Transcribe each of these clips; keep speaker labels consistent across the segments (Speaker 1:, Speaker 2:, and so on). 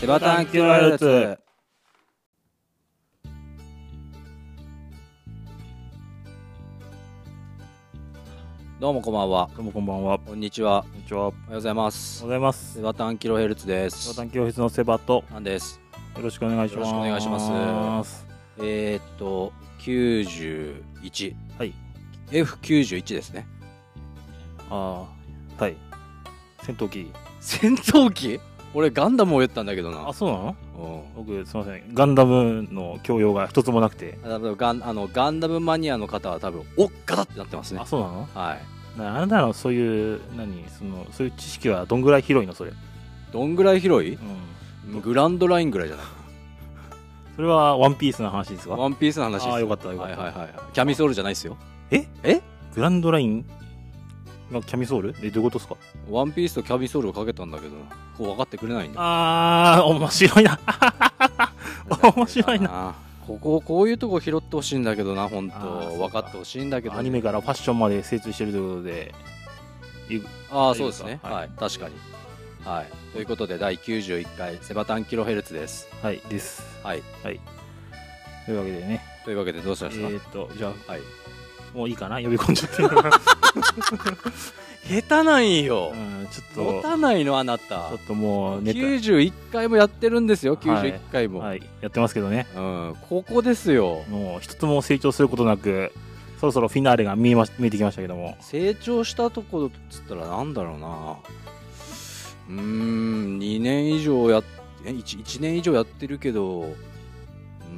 Speaker 1: 柴田キュラルツどうもこんばんは
Speaker 2: どうもこんばんは。こ
Speaker 1: こんにちは
Speaker 2: んにちは。おはよ
Speaker 1: おはようございま
Speaker 2: う
Speaker 1: す
Speaker 2: ございます。
Speaker 1: セバタンキロヘルツです
Speaker 2: ボタン教室のセバと
Speaker 1: なんです
Speaker 2: よろしくお願いしま
Speaker 1: よ
Speaker 2: す。
Speaker 1: ろしくお願いします。えー、っと91
Speaker 2: はい
Speaker 1: F91 ですね
Speaker 2: ああ、はい。戦闘機。
Speaker 1: 戦闘機俺ガンダムを言ったんだけどな
Speaker 2: あ、そうなの
Speaker 1: うん
Speaker 2: 僕、すみません。ガンダムの教養が一つもなくて。
Speaker 1: あ多分ガンあのガンダムマニアの方は多分おっかだってなってますね
Speaker 2: あ、そうなの
Speaker 1: はい
Speaker 2: なあなたのそういう、何、その、そういう知識はどんぐらい広いのそれ。う
Speaker 1: どんぐらい広い
Speaker 2: ん。
Speaker 1: グランドラインぐらいじゃない
Speaker 2: それはワンピースの話ですか
Speaker 1: ワンピースの話です
Speaker 2: あーよかったよかった
Speaker 1: はいはいはいキャミソールじゃないですよ
Speaker 2: グランドラインがキャミソールえ、どういうことですか
Speaker 1: ワンピースとキャミソールをかけたんだけどなこう分かってくれないんだ
Speaker 2: ああ、面白いな。 面白いな。
Speaker 1: なこここういうとこ拾ってほしいんだけどな本当
Speaker 2: あーそう
Speaker 1: 分
Speaker 2: か
Speaker 1: かってほしいんだけどね、
Speaker 2: アニメからファッションまで精通してるということで、い
Speaker 1: ああそうですね
Speaker 2: は
Speaker 1: はいい、確かにはいということで第91回セバタンキロヘルツです
Speaker 2: はい、です。
Speaker 1: はい
Speaker 2: はい。というわけでね、
Speaker 1: というわけでどうし
Speaker 2: え
Speaker 1: ました
Speaker 2: ー、っと、じゃ
Speaker 1: はい
Speaker 2: あ、もういいかな、呼び込んじ ゃって。うん、
Speaker 1: 下手なんよ、
Speaker 2: ちょ
Speaker 1: 持
Speaker 2: っと、
Speaker 1: たないのあな
Speaker 2: ち
Speaker 1: た
Speaker 2: ょっともうネタ、
Speaker 1: 91回もやってるんですよ
Speaker 2: はい
Speaker 1: 91回も、
Speaker 2: はい、やってますけどね、
Speaker 1: うんここですよ
Speaker 2: もう一つも成長することなく、そろそろフィナーレが見え,、ま、見えてきましたけども、
Speaker 1: 成長したところっつったらなんだろうなうーん2年以上やっえ 1, 1年以上やってるけどうーん
Speaker 2: う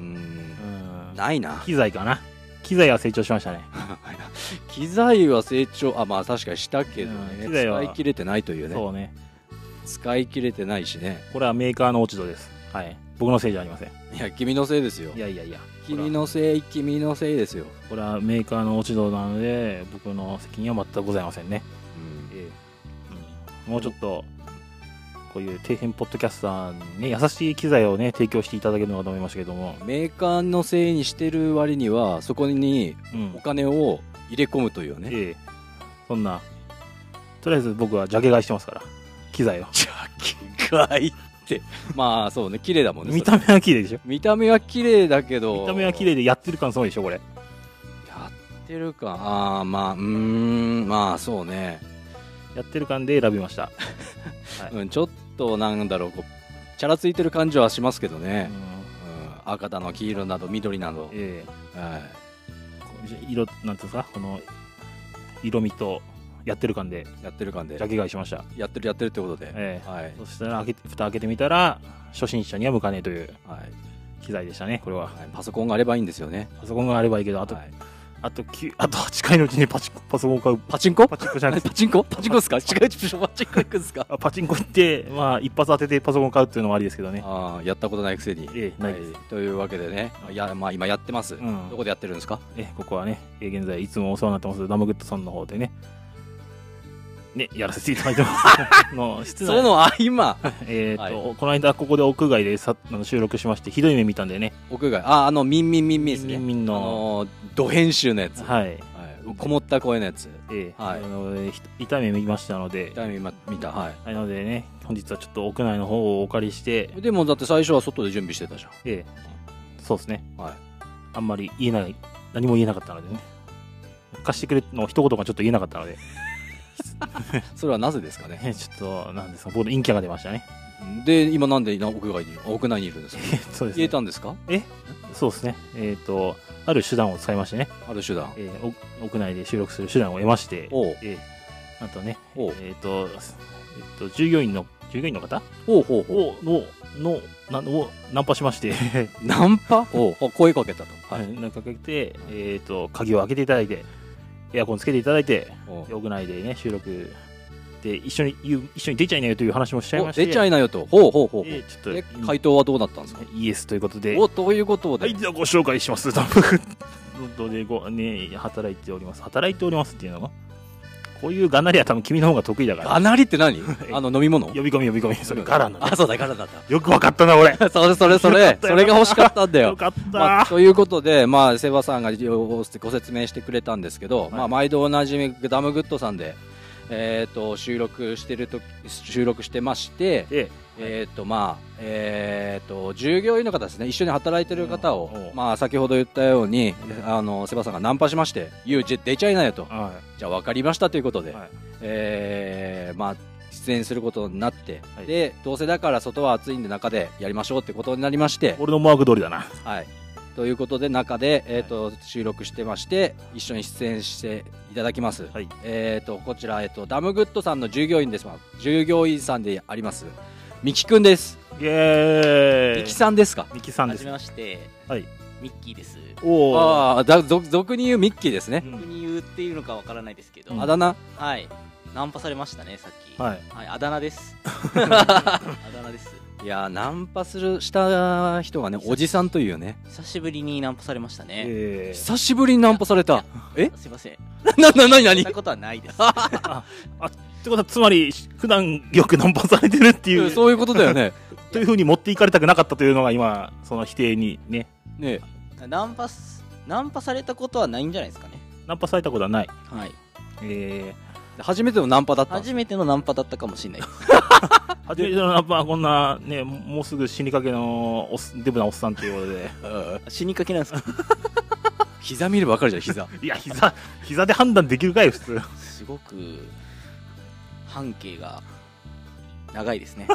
Speaker 2: ん、
Speaker 1: ないな
Speaker 2: 機材かな。機材は成長しましたね。
Speaker 1: 機材は成長あまあ確かにしたけど
Speaker 2: う
Speaker 1: ね
Speaker 2: ん機材は
Speaker 1: 使い切れてないというね
Speaker 2: そうね。
Speaker 1: 使い切れてないしね
Speaker 2: これはメーカーの落ち度です。はい。僕のせいじゃありません。
Speaker 1: いや君のせいですよ
Speaker 2: いやいやいや。
Speaker 1: 君のせい君のせいですよ、
Speaker 2: これはメーカーの落ち度なので僕の責任は全くございませんね、
Speaker 1: うん
Speaker 2: うんもうちょっとこういう底辺ポッドキャスターに、ね、優しい機材をね提供していただけるのかと思いましたけども、
Speaker 1: メーカーのせいにしてる割にはそこに
Speaker 2: うん
Speaker 1: お金を入れ込むというね、
Speaker 2: ええそんなとりあえず僕はジャケ買いしてますから機材を
Speaker 1: ジャケ買いって。まあそうね、綺麗だもんね。
Speaker 2: 見
Speaker 1: そ
Speaker 2: た
Speaker 1: れ
Speaker 2: 目は綺麗でしょ
Speaker 1: 見た目は綺麗だけど。
Speaker 2: 見た目は綺麗
Speaker 1: や
Speaker 2: でやってる感すごいでしょこれ
Speaker 1: ってるか。ああ、まあ、うーん、まあそうね。
Speaker 2: やってる感で選びました、はい
Speaker 1: うん、ちょっとなんだろう、こう、チャラついてる感じはしますけど
Speaker 2: う
Speaker 1: ね
Speaker 2: ん。
Speaker 1: うん、赤だの、黄色など、緑など。
Speaker 2: ええ
Speaker 1: は
Speaker 2: 色なんていうんですかこの色味とやってる感で
Speaker 1: いやってる感
Speaker 2: ジ
Speaker 1: で
Speaker 2: ャ。ケ買いしました
Speaker 1: やってるやってるってことで。
Speaker 2: ええ
Speaker 1: はい。
Speaker 2: そしたら開けて蓋開けてみたら初心者には向かねえという
Speaker 1: はい。
Speaker 2: 機材でしたねこれは
Speaker 1: はいパソコンがあればいいんですよね。
Speaker 2: パソコンがあればいいけどあと、
Speaker 1: はい
Speaker 2: あときゅ あと8回のうちにパチパソコンを買う
Speaker 1: パチンコ
Speaker 2: パチンコじゃな
Speaker 1: 何
Speaker 2: くて
Speaker 1: パチンコパチンコですか違う違う、パチンコ行くんですか
Speaker 2: あパチンコ行ってまあ一発当ててパソコン買うっていうのもありですけど ね
Speaker 1: ああ、やったことないくせに。
Speaker 2: ええないです、
Speaker 1: はい、というわけでね、いやまあ、今やってます、
Speaker 2: ん
Speaker 1: どこでやってるんですか
Speaker 2: えここはねえ現在いつもお世話になってますダムグッドさんの方でねねやらせていただいてま すの室
Speaker 1: そ
Speaker 2: 内
Speaker 1: の合間、
Speaker 2: えーと
Speaker 1: は
Speaker 2: この間ここで屋外でさあの収録しましてひどい目見たんでね
Speaker 1: 屋外、あ、あの、ミンミンミンミンですね。
Speaker 2: ミンミンの
Speaker 1: あのー、ド編集のやつ、はい
Speaker 2: はい
Speaker 1: こもった声のやつ。
Speaker 2: ええ
Speaker 1: はい
Speaker 2: あのひ痛い目見ましたので
Speaker 1: 一回今見た、はい。
Speaker 2: はい、なのでね、本日はちょっと屋内の方をお借りして、
Speaker 1: でも、だって最初は外で準備してたじ
Speaker 2: ええ、そうですね、
Speaker 1: ゃん。はい。
Speaker 2: あんまり言えない、何も言えなかったのでね、貸してくれの一言がちょっと言えなかったので、
Speaker 1: それはなぜですかね。
Speaker 2: ええちょっと、なんですか、僕の陰キャが出ましたね。
Speaker 1: で、今なんでな屋外に、あ屋内にいるんですか
Speaker 2: そうです
Speaker 1: 言え
Speaker 2: ね。
Speaker 1: たんですか
Speaker 2: そうですね。えっ、と、ある手段を使いましてね、
Speaker 1: ある手段。
Speaker 2: ええお屋内で収録する手段を得まして、
Speaker 1: おう
Speaker 2: ええあとね、
Speaker 1: おう
Speaker 2: えっ、と、えっと、従業員の、従業員の方
Speaker 1: ほうほうほう。
Speaker 2: を、の、の、なをナンパしまして、
Speaker 1: ナンパおうあ声かけたと。
Speaker 2: は
Speaker 1: はい。
Speaker 2: い、なんかかけて、えっ、と、鍵を開けていただいて、エアコンつけていただいて、
Speaker 1: おう
Speaker 2: 屋内でね、収録で、一緒に言う、一緒に出ちゃいないよという話もしちゃい
Speaker 1: お
Speaker 2: まして、
Speaker 1: 出ちゃいなよと。ほうほうほうほう。
Speaker 2: で
Speaker 1: で、
Speaker 2: ちょっと、
Speaker 1: 回答はどうなったんですか
Speaker 2: イエスということで、は
Speaker 1: お、ということで
Speaker 2: い、。ではご紹介します。ダムフッドでご、ね、働いております。働いておりますっていうのが、こういうがなりは多分君の方が得意だから、
Speaker 1: ガナリって何あの飲み物
Speaker 2: 呼び込み呼び込み、それからの、ね、
Speaker 1: あ、そうだ、ガラだっ
Speaker 2: よくわかったな、俺。
Speaker 1: た。それそれそ
Speaker 2: よかっ
Speaker 1: れ、
Speaker 2: たよ
Speaker 1: それが欲しかったんだ
Speaker 2: よ
Speaker 1: よ。
Speaker 2: かった、
Speaker 1: まあ、ということで、まあ、セバさんがご説明してくれたんですけど、
Speaker 2: い
Speaker 1: まあ、毎度おなじみ、ダムグッドさんで、えっ、と収録してると収録してまして、
Speaker 2: で、
Speaker 1: えっ、とまあえっ、と従業員の方ですね一緒に働いてる方を、
Speaker 2: うんうん
Speaker 1: まあ先ほど言ったように
Speaker 2: うん
Speaker 1: あのセバさんがナンパしまして「ゆう出ちゃいなよ」と
Speaker 2: は
Speaker 1: 「じゃあ分かりました」ということ
Speaker 2: い。
Speaker 1: で、
Speaker 2: はい。
Speaker 1: えーまあ出演することになって、
Speaker 2: はい
Speaker 1: でどうせだから外は暑いんで中でやりましょうってことになりまして、
Speaker 2: 俺の思惑通りだな。
Speaker 1: はい。ということで中で、えー、と収録してまして一緒に出演していただきます、
Speaker 2: はい。
Speaker 1: えー、とこちら、えー、とダムグッドさんの従業員ですま従業員さんでありますミキくんです
Speaker 2: イェーイ。
Speaker 1: ミキさんですか
Speaker 2: ミキさん
Speaker 3: は
Speaker 2: で
Speaker 3: じ
Speaker 2: す
Speaker 3: め。まして、
Speaker 2: はい
Speaker 3: ミッキーです。
Speaker 2: おー
Speaker 1: ああだ俗俗に言うミッキーですね、
Speaker 2: うん
Speaker 3: 国言っていうのかわからないですけど、
Speaker 2: うん
Speaker 1: あだ名
Speaker 3: はい、ナンパされましたね、さっき。
Speaker 2: はい。
Speaker 3: はい、あだ名です。あだ名です。
Speaker 1: いやーナンパするした人がねおじさんというね
Speaker 3: 久しぶりにナンパされましたね。
Speaker 2: えー
Speaker 1: 久しぶりにナンパされたえ
Speaker 3: すいません。
Speaker 1: なななにな
Speaker 3: そん
Speaker 1: に
Speaker 3: なことはないです。
Speaker 2: ってことは、つまり、普段よくナンパされてるっていう、
Speaker 1: そういうことだよね
Speaker 2: というふうに持っていかれたくなかったというのが今、その否定にね、
Speaker 1: ね
Speaker 3: ナンパす、ナンパされたことはないんじゃないですかね。
Speaker 2: ナンパされたことはない。
Speaker 3: はい。
Speaker 2: え
Speaker 1: 初めてのナンパだったんです
Speaker 3: 初めてのナンパだったかもしれないです。
Speaker 2: ー、初めてのナンパはこんな、ね、もうすぐ死にかけのおっすデブなおっさんということ
Speaker 1: う
Speaker 2: で、
Speaker 1: ん
Speaker 3: 死にかけなんですか
Speaker 1: 膝見ればわかるじゃん膝
Speaker 2: いや、膝、膝で判断できるかい、普通。
Speaker 3: すごく、半径が、長いですね。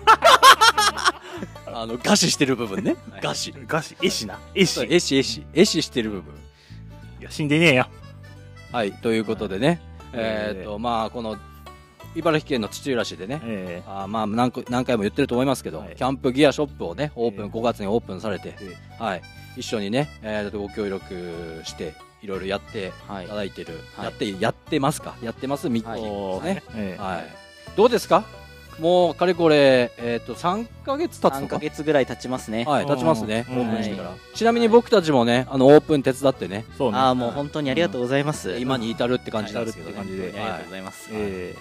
Speaker 1: あの餓死してる部分ね
Speaker 3: はい
Speaker 1: 餓死
Speaker 2: ガシ、絵師な。絵師。
Speaker 1: そう
Speaker 2: い
Speaker 1: えしえしえししてる部分
Speaker 2: や、死んでねえよ。
Speaker 1: はいということでね、え
Speaker 2: え
Speaker 1: っ、
Speaker 2: ー
Speaker 1: とまあこの茨城県の土浦市でね、
Speaker 2: え
Speaker 1: あーまあ何個何回も言ってると思いますけど、
Speaker 2: はい
Speaker 1: キャンプギアショップをねオープン、
Speaker 2: えー
Speaker 1: 5月にオープンされて、
Speaker 2: え
Speaker 1: はい、一緒にね、えー、とご協力していろいろやって
Speaker 3: はいい
Speaker 1: た。だいてる、
Speaker 3: はい
Speaker 1: やってやってますかやってますみっ
Speaker 3: はい
Speaker 1: と
Speaker 2: ー
Speaker 1: ね、
Speaker 2: えー
Speaker 1: はい、どうですかもうかれこれ、えっと3ヶ月経つ
Speaker 3: 3
Speaker 1: のか
Speaker 3: ヶ月ぐらい経ちますね。
Speaker 1: はい、経ちますね、
Speaker 2: うん
Speaker 1: オープンしてから、
Speaker 3: はい
Speaker 1: ちなみに僕たちもね、あのオープン手伝ってね、
Speaker 2: そうね。
Speaker 3: ああ、もう本当にありがとうございます。
Speaker 1: 今に至るって感じなんですけど、ね
Speaker 2: はい至るって感じで
Speaker 3: ありが
Speaker 1: は
Speaker 3: とう
Speaker 1: い
Speaker 3: ございます。
Speaker 2: え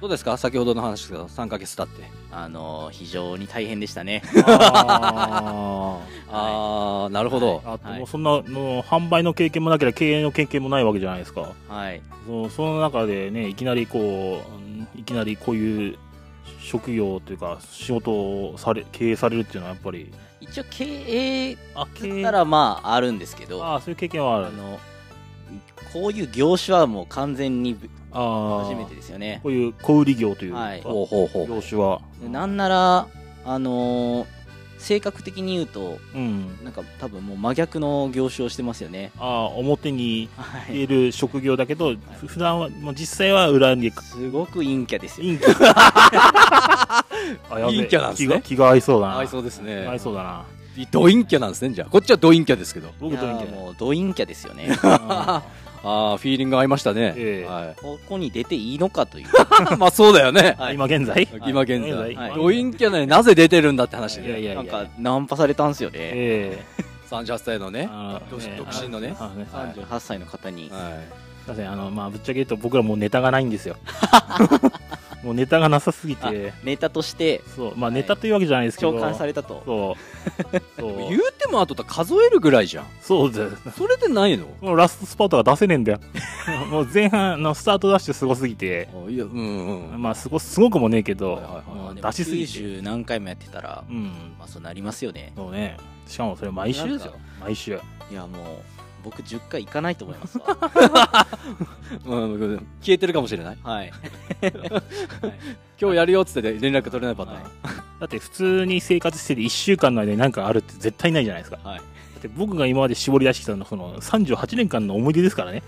Speaker 1: どうですか、先ほどの話ですけど、3ヶ月経って、
Speaker 3: あのー非常に大変でしたね。
Speaker 2: ー、あー
Speaker 1: あー、なるほど、
Speaker 2: あと
Speaker 3: はい
Speaker 2: もうそんなの販売の経験もなければ経営の経験もないわけじゃないですか
Speaker 3: はい。
Speaker 2: そのその中でねいきなりこううんいきなりこういう職業というか仕事をされ経営されるっていうのはやっぱり
Speaker 3: 一応経営
Speaker 2: あ
Speaker 3: つったらまああるんですけど、あ
Speaker 2: あーそういう経験はある
Speaker 3: のこういう業種はもう完全に
Speaker 2: あー
Speaker 3: 初めてですよね。
Speaker 2: こういう小売業というか、
Speaker 3: はい
Speaker 1: ほうほうほう、
Speaker 2: 業種は
Speaker 3: なんならあのー性格的に言うと
Speaker 2: うん
Speaker 3: なんか多分もう真逆の業種をしてますよね。
Speaker 2: あー表に
Speaker 3: は
Speaker 2: 出
Speaker 3: い。
Speaker 2: る職業だけど、ふ普段はもう実際は裏に
Speaker 3: すごく陰キャですよ。
Speaker 2: 陰キャあやべえ
Speaker 1: 陰キャなんですね
Speaker 2: 気が気が合いそうだな
Speaker 1: 合いそうですね
Speaker 2: 合い、そうだな
Speaker 1: ドインキャなんですね、じゃあ、こっちはドインキャですけど、
Speaker 2: 僕と陰
Speaker 3: い
Speaker 2: キ
Speaker 3: や
Speaker 2: ャ
Speaker 3: ーもうド陰キャですよね。
Speaker 2: あ
Speaker 1: あー、フィーリング合いましたね、
Speaker 2: ええ
Speaker 1: は
Speaker 3: ここに出ていいのかという。
Speaker 1: い、 まあそうだよね、
Speaker 2: ー
Speaker 3: はい
Speaker 2: 今現在
Speaker 3: はい
Speaker 1: 今現
Speaker 2: は
Speaker 1: 在、
Speaker 2: い
Speaker 3: はい
Speaker 1: ドインキャなのになぜ出てるんだって話で、ね
Speaker 2: いやいやいや
Speaker 3: なんかナンパされたんですよね。
Speaker 2: え
Speaker 1: 38歳の
Speaker 2: え
Speaker 1: ね、
Speaker 2: あー
Speaker 1: 独
Speaker 2: ね
Speaker 1: 独身のね
Speaker 2: あーす
Speaker 1: はい
Speaker 3: 38歳の方に、
Speaker 1: はい
Speaker 2: いませんあのまあぶっちゃけ言うと僕らもうネタがないんで すよもうネタがなさすぎて
Speaker 3: ネタとして
Speaker 2: そうまあ
Speaker 3: はい
Speaker 2: ネタというわけじゃないですけど
Speaker 3: 召喚されたと
Speaker 2: そう
Speaker 1: でも
Speaker 2: そ
Speaker 1: 言う
Speaker 2: う
Speaker 1: てもあとだ数えるぐらいじゃん、
Speaker 2: そうです
Speaker 1: それでないの
Speaker 2: もうラストスパートが出せねえんだよ もう前半のスタートダッシュすごすぎて
Speaker 1: あいやうんうん、
Speaker 2: まあすごすごくもねえけど、
Speaker 1: はいはいはい
Speaker 2: もう
Speaker 3: でも
Speaker 2: 出しすぎて
Speaker 3: 90何回もやってたら、
Speaker 2: うん
Speaker 3: まあそうなりますよね
Speaker 2: そうねしかもそれ毎週ですよ
Speaker 3: なん
Speaker 2: 毎週
Speaker 3: いやもう僕10回行かないと思いますわ
Speaker 1: うん、消えてるかもしれない
Speaker 3: はい
Speaker 1: 今日やるよっつって連絡取れないパターン、
Speaker 3: はい
Speaker 2: だって普通に生活してる1週間の間に何かあるって絶対ないじゃないですか
Speaker 3: はい
Speaker 2: だって僕が今まで絞り出してきたのはその38年間の思い出ですから ね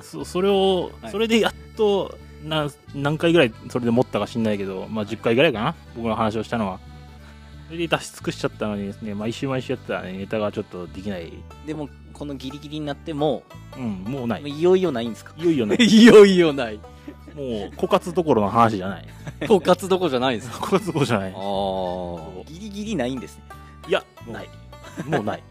Speaker 2: そそれを
Speaker 3: はい
Speaker 2: それでやっとな何回ぐらいそれで持ったか知んないけど、まあ、10回ぐらいかな僕の話をしたのはそれで出し尽くしちゃったのにですね毎週毎週やってたらねネタがちょっとできない、
Speaker 3: でもこのギリギリになっても
Speaker 2: うん、もうない
Speaker 3: もういよいよないんですか
Speaker 2: いよ いよね
Speaker 1: いよいよない
Speaker 2: もう枯渇どころの話じゃない
Speaker 1: 枯渇どころじゃないんですか
Speaker 2: 枯渇どころじゃない
Speaker 1: ああ
Speaker 3: ギリギリないんですね
Speaker 2: いや
Speaker 1: もう
Speaker 2: ないもうない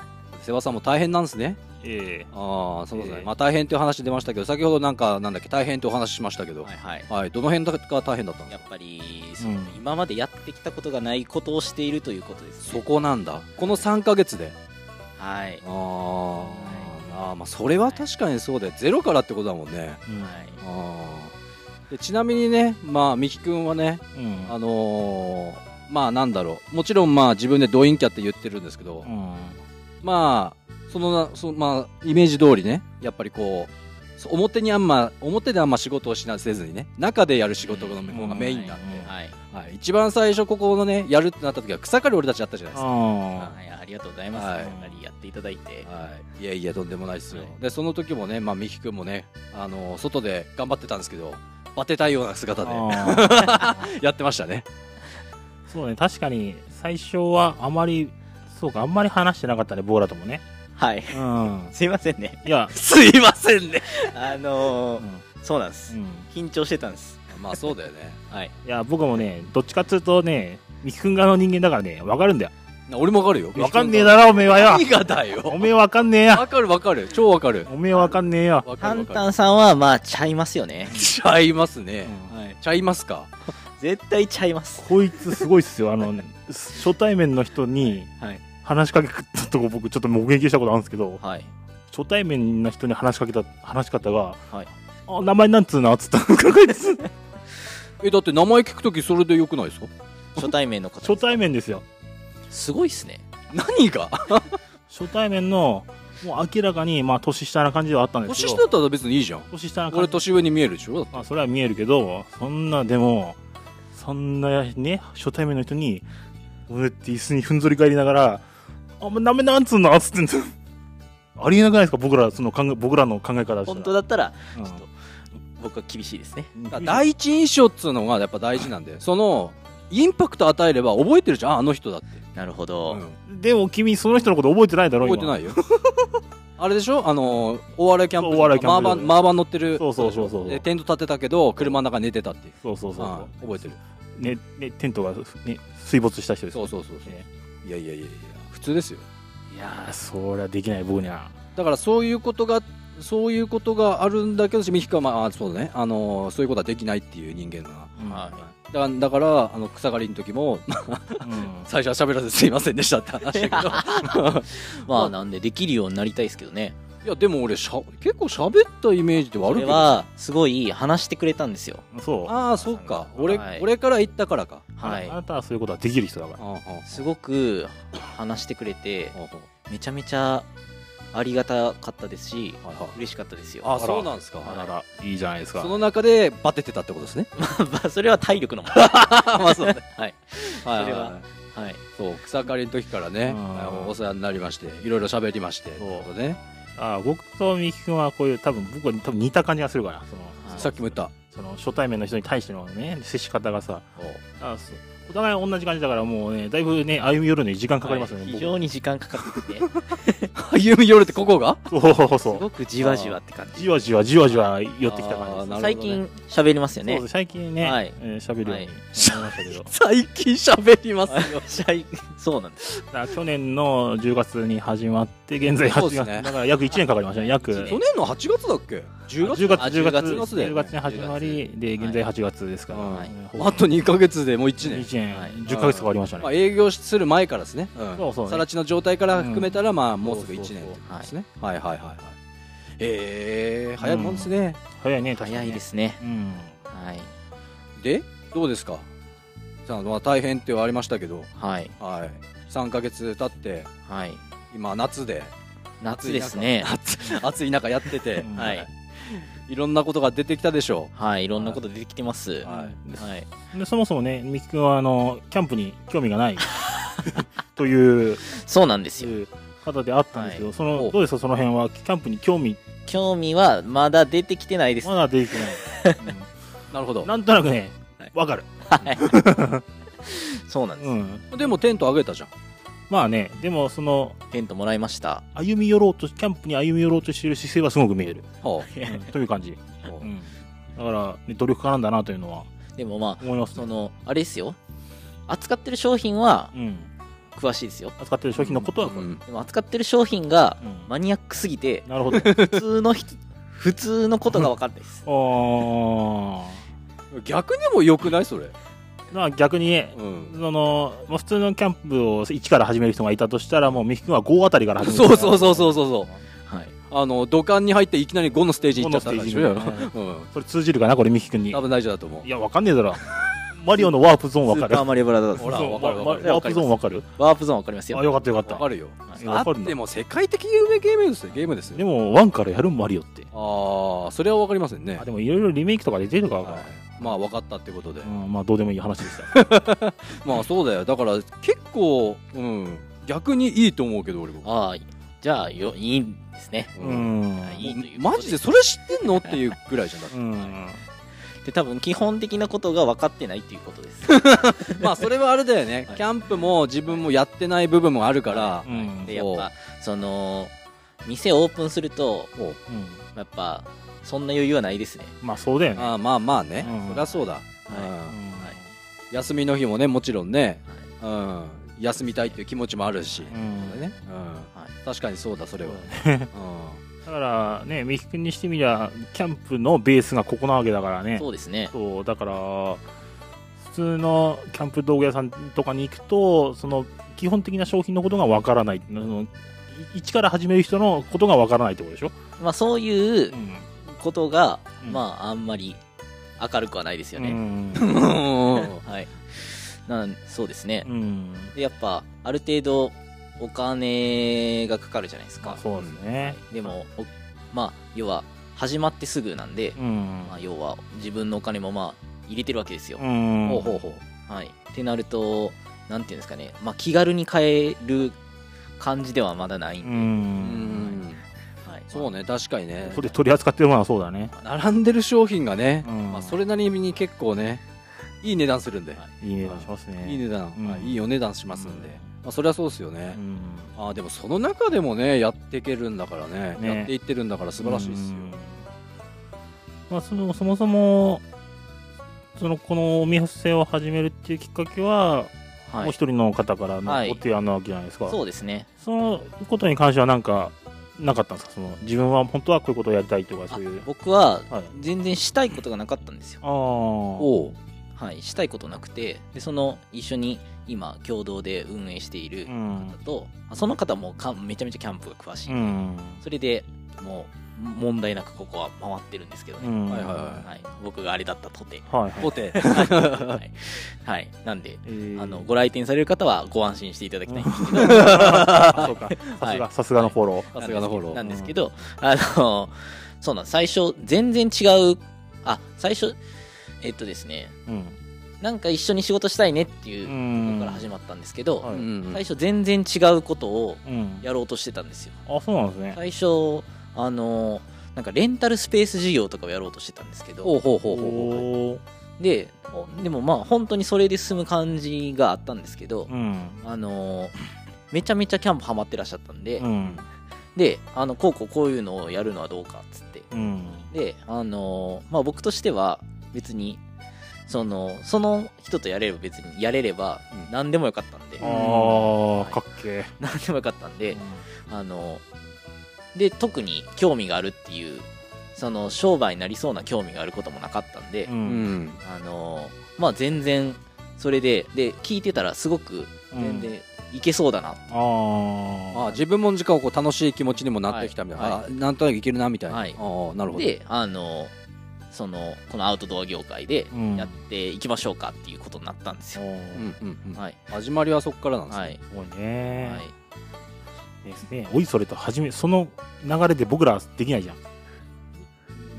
Speaker 1: 世話さんも大変なんですね
Speaker 2: ええ
Speaker 1: ああそうですね、
Speaker 2: ええ
Speaker 1: まあ大変っていう話出ましたけど先ほどなんかなんだっけ大変ってお話ししましたけどは
Speaker 3: はい
Speaker 1: い、
Speaker 3: はい
Speaker 1: どの辺が大変だったんで
Speaker 3: や
Speaker 1: す
Speaker 3: っ
Speaker 1: か
Speaker 3: ぱりその、
Speaker 2: うん
Speaker 3: 今までやってきたことがないことをしているということです
Speaker 1: そ
Speaker 3: ね
Speaker 1: こなんだこの3ヶ月で
Speaker 3: はい
Speaker 1: あー、あーまあそれは確かにそうだよゼロからってことだもんね
Speaker 2: うん
Speaker 3: はい
Speaker 1: あでちなみにね、まあ、ミキ君はね、
Speaker 2: うん
Speaker 1: あのーまあなんだろう、もちろんまあ自分でドインキャって言ってるんですけど、
Speaker 2: うん
Speaker 1: まあ、そのな、そまあ、イメージ通りね、やっぱりこう、そう表にあんま、表であんま仕事をしなせずにね、中でやる仕事の方がメインなんで、
Speaker 3: はい。
Speaker 1: はい、一番最初ここのね、やるってなった時は草刈り俺たちやったじゃないですか。
Speaker 2: あ
Speaker 3: はい、ありがとうございます。
Speaker 1: はい
Speaker 3: やっぱりやっていただいて。
Speaker 1: はい、いやいやとんでもないですよ、
Speaker 3: はい
Speaker 1: でその時もね、まあ、美樹君もね、あの外で頑張ってたんですけどバテたいような姿で
Speaker 2: あ
Speaker 1: やってましたね
Speaker 2: そうね確かに最初はあまりそうかあんまり話してなかったね僕らともね
Speaker 3: はい。
Speaker 2: うん
Speaker 3: すいませんね。
Speaker 2: いや、
Speaker 1: すいませんね
Speaker 3: あ
Speaker 2: う
Speaker 3: のー、
Speaker 2: ん
Speaker 3: そうなんです
Speaker 2: う。ん、
Speaker 3: 緊張してたんです。
Speaker 1: まあそうだよね
Speaker 3: はい。
Speaker 2: いや僕もねどっちかっつうとねミキ君側の人間だからねわかるんだよ
Speaker 1: な俺もわかるよ
Speaker 2: わかんねえだろおめえはよ
Speaker 1: 何がだよ
Speaker 2: おめえわかんねえや
Speaker 1: わかるわかる超わかる
Speaker 2: おめえわかんねえよ
Speaker 1: わか
Speaker 3: タ
Speaker 1: るわ
Speaker 3: ン
Speaker 1: か
Speaker 3: タ
Speaker 1: る
Speaker 3: ンさんは、まあ、ちゃいますよね。
Speaker 1: ちゃいますね、
Speaker 2: うん
Speaker 3: はい。
Speaker 1: ちゃいますか
Speaker 3: 絶対ちゃいます。
Speaker 2: こいつすごいっすよあのね初対面の人に
Speaker 3: はい。
Speaker 2: 話しかけたとこ僕ちょっと目撃したことあるんですけど
Speaker 3: はい。
Speaker 2: 初対面の人に話しかけた話し方が「
Speaker 3: はい
Speaker 2: あ名前なんつうな」っつったんですかこいつ
Speaker 1: えだって名前聞くときそれでよくないですか
Speaker 3: 初対面の方。
Speaker 2: 初対面ですよ
Speaker 3: すごいっすね。
Speaker 1: 何が
Speaker 2: 初対面のもう明らかにまあ年下な感じではあったんですけ
Speaker 1: 年
Speaker 2: ど
Speaker 1: 下だったら別にいいじゃん
Speaker 2: 年下な感
Speaker 1: 俺
Speaker 2: じ
Speaker 1: 年上に見えるでしょだって
Speaker 2: まあそれは見えるけどそんなでもそんなね初対面の人にこうやって椅子にふんぞり返りながら「あもうダメなんつうの」っつってんのありえなくないですか僕らその考え僕らの考え方
Speaker 3: 本当
Speaker 2: だ、
Speaker 3: だったら、
Speaker 2: うん
Speaker 3: ちょっと、僕は厳しいですね。
Speaker 1: だから第一印象っつうのがやっぱ大事なんでそのインパクト与えれば覚えてるじゃんああの人だって、
Speaker 3: なるほど。
Speaker 1: うん
Speaker 2: でも君その人のこと覚えてないだろ
Speaker 1: 覚えてないいよ あれでしょあのお笑いキャンプ
Speaker 2: そうお笑いキャンプ
Speaker 1: マーバンマーバン乗ってる
Speaker 2: そうそうそうそう
Speaker 1: でテント立てたけど車の中に寝てたっていう
Speaker 2: そうそうそうそう
Speaker 1: ああ覚えてる
Speaker 2: ねね、テントが、ね、水没した人です
Speaker 1: そうそうそうそう、
Speaker 2: ね
Speaker 1: いやいやいやいや普通ですよ
Speaker 2: いやーそりゃできない僕には
Speaker 1: だからそういうことがそういうことがあるんだけどミヒカはまああそうだねあのそういうことはできないっていう人間だな
Speaker 3: は
Speaker 1: だからだからあの草刈りの時も
Speaker 2: うん
Speaker 1: 最初は喋らずすいませんでしたって話だけど
Speaker 3: い。まあ、なんで、できるようになりたいですけどね。
Speaker 1: いやでも俺しゃ結構喋ったイメージではあ
Speaker 3: そ
Speaker 1: る
Speaker 3: れ
Speaker 1: けど
Speaker 3: は、すごい話してくれたんですよ。
Speaker 2: そうあ
Speaker 1: ああそうか俺,、
Speaker 3: はい
Speaker 1: 俺から言ったからか
Speaker 3: はい
Speaker 2: あ。なたはそういうことはできる人だから
Speaker 1: ああ
Speaker 3: すごく話してくれて、
Speaker 1: あ
Speaker 3: めちゃめちゃありがたかったですし、
Speaker 1: あはいはい
Speaker 3: 嬉しかったですよ。
Speaker 1: あ
Speaker 2: ら
Speaker 1: そうなんですか
Speaker 2: あららいいじゃないですか
Speaker 1: その中でバテてたってことですね
Speaker 3: まあそれは体力の問題。
Speaker 1: まあそうね
Speaker 3: はい。
Speaker 1: はい
Speaker 3: そ
Speaker 1: はい
Speaker 3: れ
Speaker 1: は
Speaker 3: はいはい。
Speaker 1: そう草刈りの時からね
Speaker 2: うん
Speaker 1: あのお世話になりましていろいろ喋りまして
Speaker 2: そう
Speaker 1: ってことね
Speaker 2: あー僕と三木君はこういう多分僕は多分似た感じがするからその
Speaker 3: はい
Speaker 1: さっきも言った
Speaker 2: その初対面の人に対してのね接し方がさあーそうお互い同じ感じだからもうねだいぶね歩み寄るのに時間かかりますよね、
Speaker 3: はい
Speaker 2: 僕
Speaker 3: 非常に時間かかってて、す
Speaker 1: 歩み寄るってここが
Speaker 2: そうそうそう
Speaker 3: ごくじわじわって感じ。
Speaker 2: じわじわじわじわ寄ってきた
Speaker 1: あー
Speaker 2: 感
Speaker 1: なるほどね
Speaker 3: 最近喋りますよ
Speaker 2: じで
Speaker 3: ね
Speaker 2: す、。最近ね、
Speaker 3: はい
Speaker 2: えー喋るようになりましたけど、
Speaker 1: 最近喋りますよ
Speaker 3: 最そうなんです。
Speaker 2: だから去年の10月に始まって現在
Speaker 1: そう
Speaker 2: 8
Speaker 1: で
Speaker 2: 月、
Speaker 1: すね
Speaker 2: だから約1年かかりましたね約
Speaker 3: 一
Speaker 1: 去年
Speaker 3: 年
Speaker 1: の8月だっけ10月
Speaker 2: 10月
Speaker 3: あ
Speaker 2: 10月
Speaker 3: 10
Speaker 1: 月だよね
Speaker 2: 10月に始まりで現在8月ですから、
Speaker 1: はい
Speaker 2: うん
Speaker 1: あと2ヶ月でもう1
Speaker 2: 1
Speaker 1: 年
Speaker 2: 年、
Speaker 3: はい
Speaker 2: 10ヶ月かかりましたね、
Speaker 1: まあ営業する前からですねうん
Speaker 2: そうそうね
Speaker 1: さら地の状態から含めたらまあもうすぐ1年ってことですねはいはいはいはいへえ早いもんですね
Speaker 2: 早いね確かにね
Speaker 3: 早いですね。
Speaker 2: うん
Speaker 3: はい。
Speaker 1: でどうですかさあまあ大変ってはありましたけど
Speaker 3: はい。
Speaker 1: はい、3ヶ月経って
Speaker 3: はい。
Speaker 1: 今夏で
Speaker 3: 夏ですね。
Speaker 1: 暑い中 やってて
Speaker 2: うん
Speaker 3: はい。
Speaker 1: いろんなことが出てきたでしょ
Speaker 3: はい。いろんなこと出てきてます。
Speaker 1: は
Speaker 3: はいい。はい。
Speaker 2: でそもそもねみき君はあのキャンプに興味がない という
Speaker 3: そうなんですよ。
Speaker 2: 方であったんですけど、その
Speaker 1: お
Speaker 2: どうですかその辺はキャンプに興味
Speaker 3: 興味はまだ出てきてないです
Speaker 2: ま。だ出てきて ない、
Speaker 1: うなるほ
Speaker 2: う
Speaker 1: ど
Speaker 2: んなんとなくね
Speaker 1: はい
Speaker 2: わかる、
Speaker 3: そうなんです。
Speaker 2: うん、
Speaker 1: でもテントあげたじゃん
Speaker 2: まあねでもその
Speaker 3: テントもらいました。
Speaker 2: 歩み寄ろうとキャンプに歩み寄ろうとしている姿勢はすごく見える、
Speaker 1: は
Speaker 2: うんという感じ、
Speaker 1: あは
Speaker 2: うん、だから、ね、努力家なんだなというのは
Speaker 3: でもまあ、
Speaker 2: 思います
Speaker 3: そ
Speaker 2: ね
Speaker 3: の、あれですよ。扱ってる商品は
Speaker 2: うん、
Speaker 3: 詳しいですよ。
Speaker 2: 扱ってる商品のこと
Speaker 1: あ
Speaker 2: は、
Speaker 1: うん
Speaker 3: でも扱ってる商品が
Speaker 2: うん
Speaker 3: マニアックすぎて、
Speaker 2: な るほど
Speaker 3: 普通の人、普通のことが分かんないです。
Speaker 2: あ
Speaker 1: 逆にも良くないそれ
Speaker 2: ーまあ逆にね
Speaker 1: うん
Speaker 2: そのまあ普通のキャンプを一から始める人がいたとしたらもうミヒ君は5あたりから始める
Speaker 1: そうそうそうそうそうそう
Speaker 3: はい。
Speaker 1: あの土管に入っていきなり5のステージ行っちゃった
Speaker 2: こ
Speaker 1: ん
Speaker 2: の
Speaker 1: で
Speaker 2: ス
Speaker 1: し
Speaker 2: テージ
Speaker 1: ょ
Speaker 2: にうん
Speaker 1: うん
Speaker 2: それ通じるかなこれミキ君に
Speaker 1: 多分大丈夫だと思う
Speaker 2: いやわかんねえだろマリオのワープゾーンわ
Speaker 3: ス
Speaker 2: か
Speaker 3: ー
Speaker 2: る
Speaker 3: パーマリオブラザーズ
Speaker 1: ほらわかるわかる
Speaker 2: ワープゾーンわかる
Speaker 3: ワープゾーンわかります
Speaker 2: あ
Speaker 3: よ
Speaker 2: よかったよかっ
Speaker 1: わ
Speaker 2: た
Speaker 1: かるよ
Speaker 2: い
Speaker 1: あ
Speaker 2: わかる
Speaker 1: っ
Speaker 2: の
Speaker 1: ても世界的有名ゲームですよゲームです
Speaker 2: で
Speaker 1: よ
Speaker 2: も1からやるマリオって
Speaker 1: ああそれはわかりませんね
Speaker 2: あでもいろいろリメイクとか出てるからか
Speaker 1: はいまあ分かったってことで
Speaker 2: うんまあどうでもいい話で した
Speaker 1: まあそうだよだから結構うん逆にいいと思うけど俺も
Speaker 3: ああじゃあよいいんですね
Speaker 1: う
Speaker 2: うんん
Speaker 3: あいいということ
Speaker 1: マジでそれ知ってんのっていうぐらいじゃなく
Speaker 2: う
Speaker 1: て
Speaker 2: ん
Speaker 3: で多分基本的なことが分かってないっていうことです
Speaker 1: まあそれはあれだよね
Speaker 3: はい
Speaker 1: キャンプも自分もやってない部分もあるから
Speaker 2: うん
Speaker 3: でやっぱその店オープンすると
Speaker 1: お
Speaker 2: うん
Speaker 3: やっぱそんな余裕はないですね
Speaker 2: まあそうだよね
Speaker 1: あーまあまあね
Speaker 2: うん
Speaker 1: そりゃそうだうん
Speaker 3: はい
Speaker 1: 休みの日もねもちろんねうん休みたいっていう気持ちもあるし
Speaker 2: うんうん
Speaker 1: ね
Speaker 3: い
Speaker 1: 確かにそうだそれはうん
Speaker 2: だからね、ミキ君にしてみりゃ、キャンプのベースがここなわけだからね。
Speaker 3: そうですね
Speaker 2: そう、だから、普通のキャンプ道具屋さんとかに行くと、その、基本的な商品のことがわからない。あのい一から始める人のことがわからないってことでしょ
Speaker 3: まあそういう
Speaker 2: うん。
Speaker 3: ことが、
Speaker 2: うん
Speaker 3: まああんまり明るくはないですよ
Speaker 2: う
Speaker 3: ね、
Speaker 2: ん。
Speaker 3: はいなんそうですね
Speaker 2: う、ん。
Speaker 3: でやっぱある程度お金がかかるじゃないですか
Speaker 2: そうですね。
Speaker 3: でもおまあ要は始まってすぐなんで、
Speaker 2: うん
Speaker 3: まあ、。要は自分のお金もまあ入れてるわけですよ、
Speaker 2: うん。
Speaker 1: ほうほうほう
Speaker 3: はい、ってなるとなんていうんですかね、まあ、気軽に買える感じではまだないん
Speaker 2: う。
Speaker 3: で、
Speaker 1: うんん
Speaker 3: はい、
Speaker 1: そうね確かにね
Speaker 2: それ取り扱ってるものはそうだね。
Speaker 1: 並んでる商品がね
Speaker 2: うん
Speaker 1: まあそれなりに結構ねいい値段するんで
Speaker 3: はい
Speaker 2: いい値段しますね。
Speaker 1: いい値段
Speaker 2: うん
Speaker 1: まあいいお値段しますんでまあそれはそうですよね
Speaker 2: うん。
Speaker 1: あーでもその中でもねやっていけるんだからね
Speaker 2: ね
Speaker 1: やっていってるんだから素晴らしいですよ
Speaker 2: うんまあ、そのそもそもそのこのお店を始めるっていうきっかけは、
Speaker 3: はい
Speaker 2: もう一人の方からの
Speaker 3: はい
Speaker 2: ご提案なわけじゃないですか、
Speaker 3: そうですね
Speaker 2: そのことに関しては何かなかったんですかその自分は本当はこういうことをやりたいとか
Speaker 3: あ
Speaker 2: そういう
Speaker 3: 僕は
Speaker 2: はい
Speaker 3: 全然したいことがなかったんですよ、
Speaker 2: ああ
Speaker 1: おう
Speaker 3: はい、したいことなくてでその一緒に今共同で運営している
Speaker 2: うん
Speaker 3: 方と、あその方もかめちゃめちゃキャンプが詳しい、
Speaker 2: うん
Speaker 3: それでもう問題なくここは回ってるんですけど
Speaker 2: う
Speaker 3: ね、
Speaker 2: ん
Speaker 1: はいはい
Speaker 2: は
Speaker 1: は
Speaker 3: はい、僕があれだったとて
Speaker 2: いはい
Speaker 1: ポテ
Speaker 3: はい、はい、なんで
Speaker 2: えー
Speaker 3: あのご来店される方はご安心していただきたいんですけど、
Speaker 2: あ そうかさすがさすがのフォロ
Speaker 1: さすがのフォロー
Speaker 3: なんですけど、あの、そうなん最初、全然違う、あ、最初、えっとですね、
Speaker 2: ーうん
Speaker 3: なんか一緒に仕事したいねっていううとこ
Speaker 2: ん
Speaker 3: から始まったんですけど、
Speaker 2: はい
Speaker 1: うん
Speaker 3: 最初全然違うことを
Speaker 2: うん
Speaker 3: やろうとしてたんですよ。
Speaker 2: あそうなんですね
Speaker 3: 最初、あの、なんかレンタルスペース事業とかをやろうとしてたんですけ
Speaker 1: ほ
Speaker 3: ど、
Speaker 1: うほうほうほうほう
Speaker 2: おー
Speaker 3: で、でもまあ本当にそれで進む感じがあったんですけど
Speaker 2: う、ん
Speaker 3: あの、めちゃめちゃキャンプハマってらっしゃったんで、
Speaker 2: うん
Speaker 3: で、あの、こうこうこういうのをやるのはどうかっつって。
Speaker 2: うん
Speaker 3: で、あのーまあ、僕としては別に、その、その人とやれれば別に、やれれば
Speaker 1: うん
Speaker 3: 何でもよかったんで、
Speaker 2: あ
Speaker 3: は
Speaker 2: ー
Speaker 3: い
Speaker 2: かっけ
Speaker 3: 何でもよかったん
Speaker 2: え
Speaker 3: で、あのーで、特に興味があるっていう、その商売になりそうな興味があることもなかったんで、
Speaker 1: う
Speaker 2: 全
Speaker 1: ん
Speaker 3: あのーまあ、全然、それで、で、聞いてたらすごく、全然いけそうだな、
Speaker 2: あー
Speaker 1: あ自分も時間をこう楽しい気持ちにもなってきたみたいな、
Speaker 3: はい
Speaker 1: あなんとなくいけるなみたいな、
Speaker 3: はい
Speaker 1: ああなるほど
Speaker 3: で、あの、その、このアウトドア業界で
Speaker 2: うん
Speaker 3: やっていきましょうかっていうことになったんです
Speaker 2: お
Speaker 3: よ。
Speaker 1: う
Speaker 2: ー
Speaker 1: んうんうん
Speaker 3: はい。
Speaker 1: 始まりはそこからなんですね、
Speaker 3: はい。
Speaker 2: すごいね
Speaker 3: はい。
Speaker 2: ですねおいそれと始めその流れで僕らはできないじゃん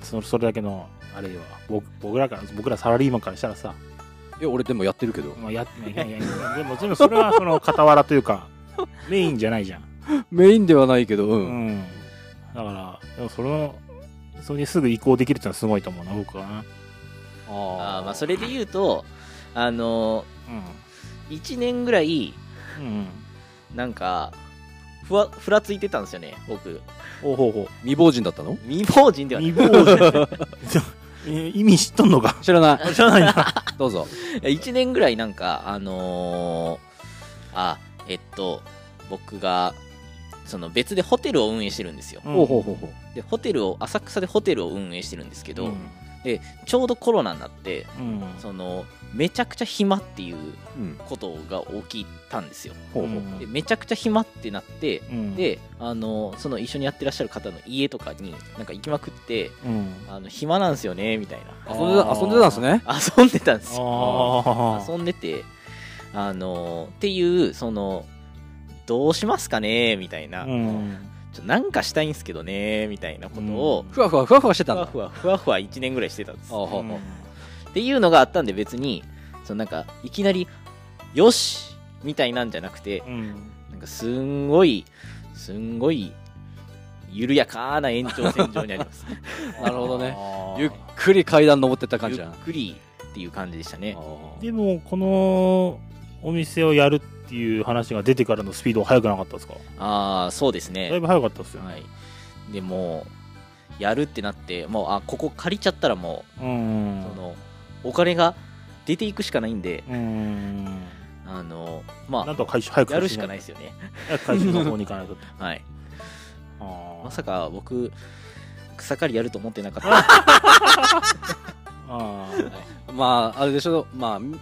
Speaker 2: そそれだけのあれは僕僕らから僕らサラリーマンからしたらさ、
Speaker 1: え俺でもやってるけど
Speaker 2: まあ、やっていやいやいやでもでもそれはその傍らというかメインじゃないじゃん
Speaker 1: メインではないけどう、
Speaker 2: うんんだからでもそのそれにすぐ移行できるってのはすごいと思うな僕はな
Speaker 3: あーまあ、そ
Speaker 1: れ
Speaker 3: れで言うと、あの、1年ぐらい、
Speaker 2: うんうん
Speaker 3: なんか、ふわ、ふらついてたんですよね、僕。
Speaker 2: おほうほう
Speaker 1: 未亡人だったの
Speaker 3: 未亡人ではない。
Speaker 2: 未亡人ちょえ 意味知っとんの か
Speaker 1: 知らない
Speaker 2: 知らないな。
Speaker 1: どうぞ
Speaker 3: 1年ぐらいなんか、あのーあ、えっと、僕が、その別でホテルを運営してるんですよ。
Speaker 1: ほうほうほうほう
Speaker 3: で、ホテルを、浅草でホテルを運営してるんですけど、でちょうどコロナになって
Speaker 2: うん
Speaker 3: そのめちゃくちゃ暇っていう
Speaker 1: うん
Speaker 3: ことが起きたんですよ
Speaker 1: ほうほう
Speaker 2: うん
Speaker 3: でめちゃくちゃ暇ってなって
Speaker 2: うん、
Speaker 3: であのその一緒にやってらっしゃる方の家とかになんか行きまくって
Speaker 2: うん、
Speaker 3: あの暇なんですよねみたいな
Speaker 1: 遊んでた遊んでたんですね
Speaker 3: 遊んでたんですよ
Speaker 2: ああ
Speaker 3: 遊んでてあのっていうそのどうしますかねみたいな、
Speaker 2: うん
Speaker 3: ちょなんかしたいんすけどねみたいなことを、
Speaker 1: ふわふわふわふわしてた
Speaker 3: ふ
Speaker 1: ん
Speaker 3: わ
Speaker 1: だ
Speaker 3: ふわふわふわ1年ぐらいしてたんです
Speaker 1: ああほうほう
Speaker 3: っていうのがあったんで別にそのなんかいきなり「よし!」みたいなんじゃなくて
Speaker 2: うん
Speaker 3: なんかすんごいすんごい緩やかな延長線上にあります
Speaker 1: なるほどね
Speaker 2: あー
Speaker 1: ゆっくり階段登ってった感
Speaker 3: ゆ
Speaker 1: じ
Speaker 3: っ
Speaker 1: だな
Speaker 3: くりっていう感じでしたね
Speaker 1: あー
Speaker 2: でもこのお店をやるっていう話が出てからのスピードは速くなかったですか
Speaker 3: ああそうですね
Speaker 2: だいぶ速かったですよね、
Speaker 3: はい、でもうやるってなってもうあここ借りちゃったらも
Speaker 2: うん
Speaker 3: う、そのお金が出ていくしかないんで
Speaker 2: うん
Speaker 3: あのま
Speaker 2: な
Speaker 3: あ
Speaker 2: んとか回収早く
Speaker 3: やるしかない
Speaker 2: い
Speaker 3: ですよね、
Speaker 2: 早く回収の方に行かないと
Speaker 3: はい、
Speaker 2: あ
Speaker 3: まさか僕草刈りやると思ってなかった
Speaker 2: ああ
Speaker 1: まああれでしょまあミ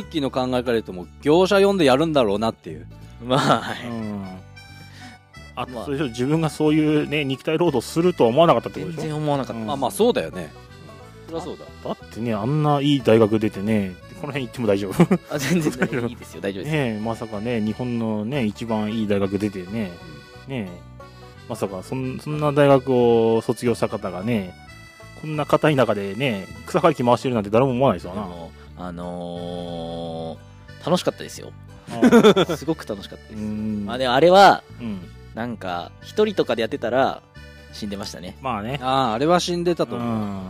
Speaker 1: ミッキーの考えから言うともう業者呼んでやるんだろうなっていう
Speaker 3: まあ、は
Speaker 2: あう
Speaker 3: い、
Speaker 2: んあと、
Speaker 3: まあ
Speaker 2: それでしょ自分がそういうね肉体労働するとは思わなかったってこと
Speaker 3: 全
Speaker 2: でし
Speaker 3: 然
Speaker 2: ょ
Speaker 3: 思わなかった、
Speaker 2: うん
Speaker 1: まあまあそうだよね
Speaker 3: そりゃそうだ
Speaker 2: だってねあんないい大学出てねこの辺行っても大丈夫ね
Speaker 3: あ全然大丈夫いいですよ大丈夫です、
Speaker 2: えまさかね日本のね一番いい大学出てねねえまさかそんそんな大学を卒業した方がねこんな硬い中でね草刈り機回してるなんて誰も思わないですよ
Speaker 3: あ
Speaker 2: な
Speaker 3: のあのー楽しかったですよ すごく楽しかった
Speaker 2: う
Speaker 3: です、
Speaker 2: ん
Speaker 3: まあでもあれは
Speaker 2: うん
Speaker 3: なんか一人とかでやってたら死んでましたね
Speaker 2: まあね
Speaker 1: あああれは死んでたと
Speaker 2: う
Speaker 1: 思う、
Speaker 2: ん
Speaker 3: はい、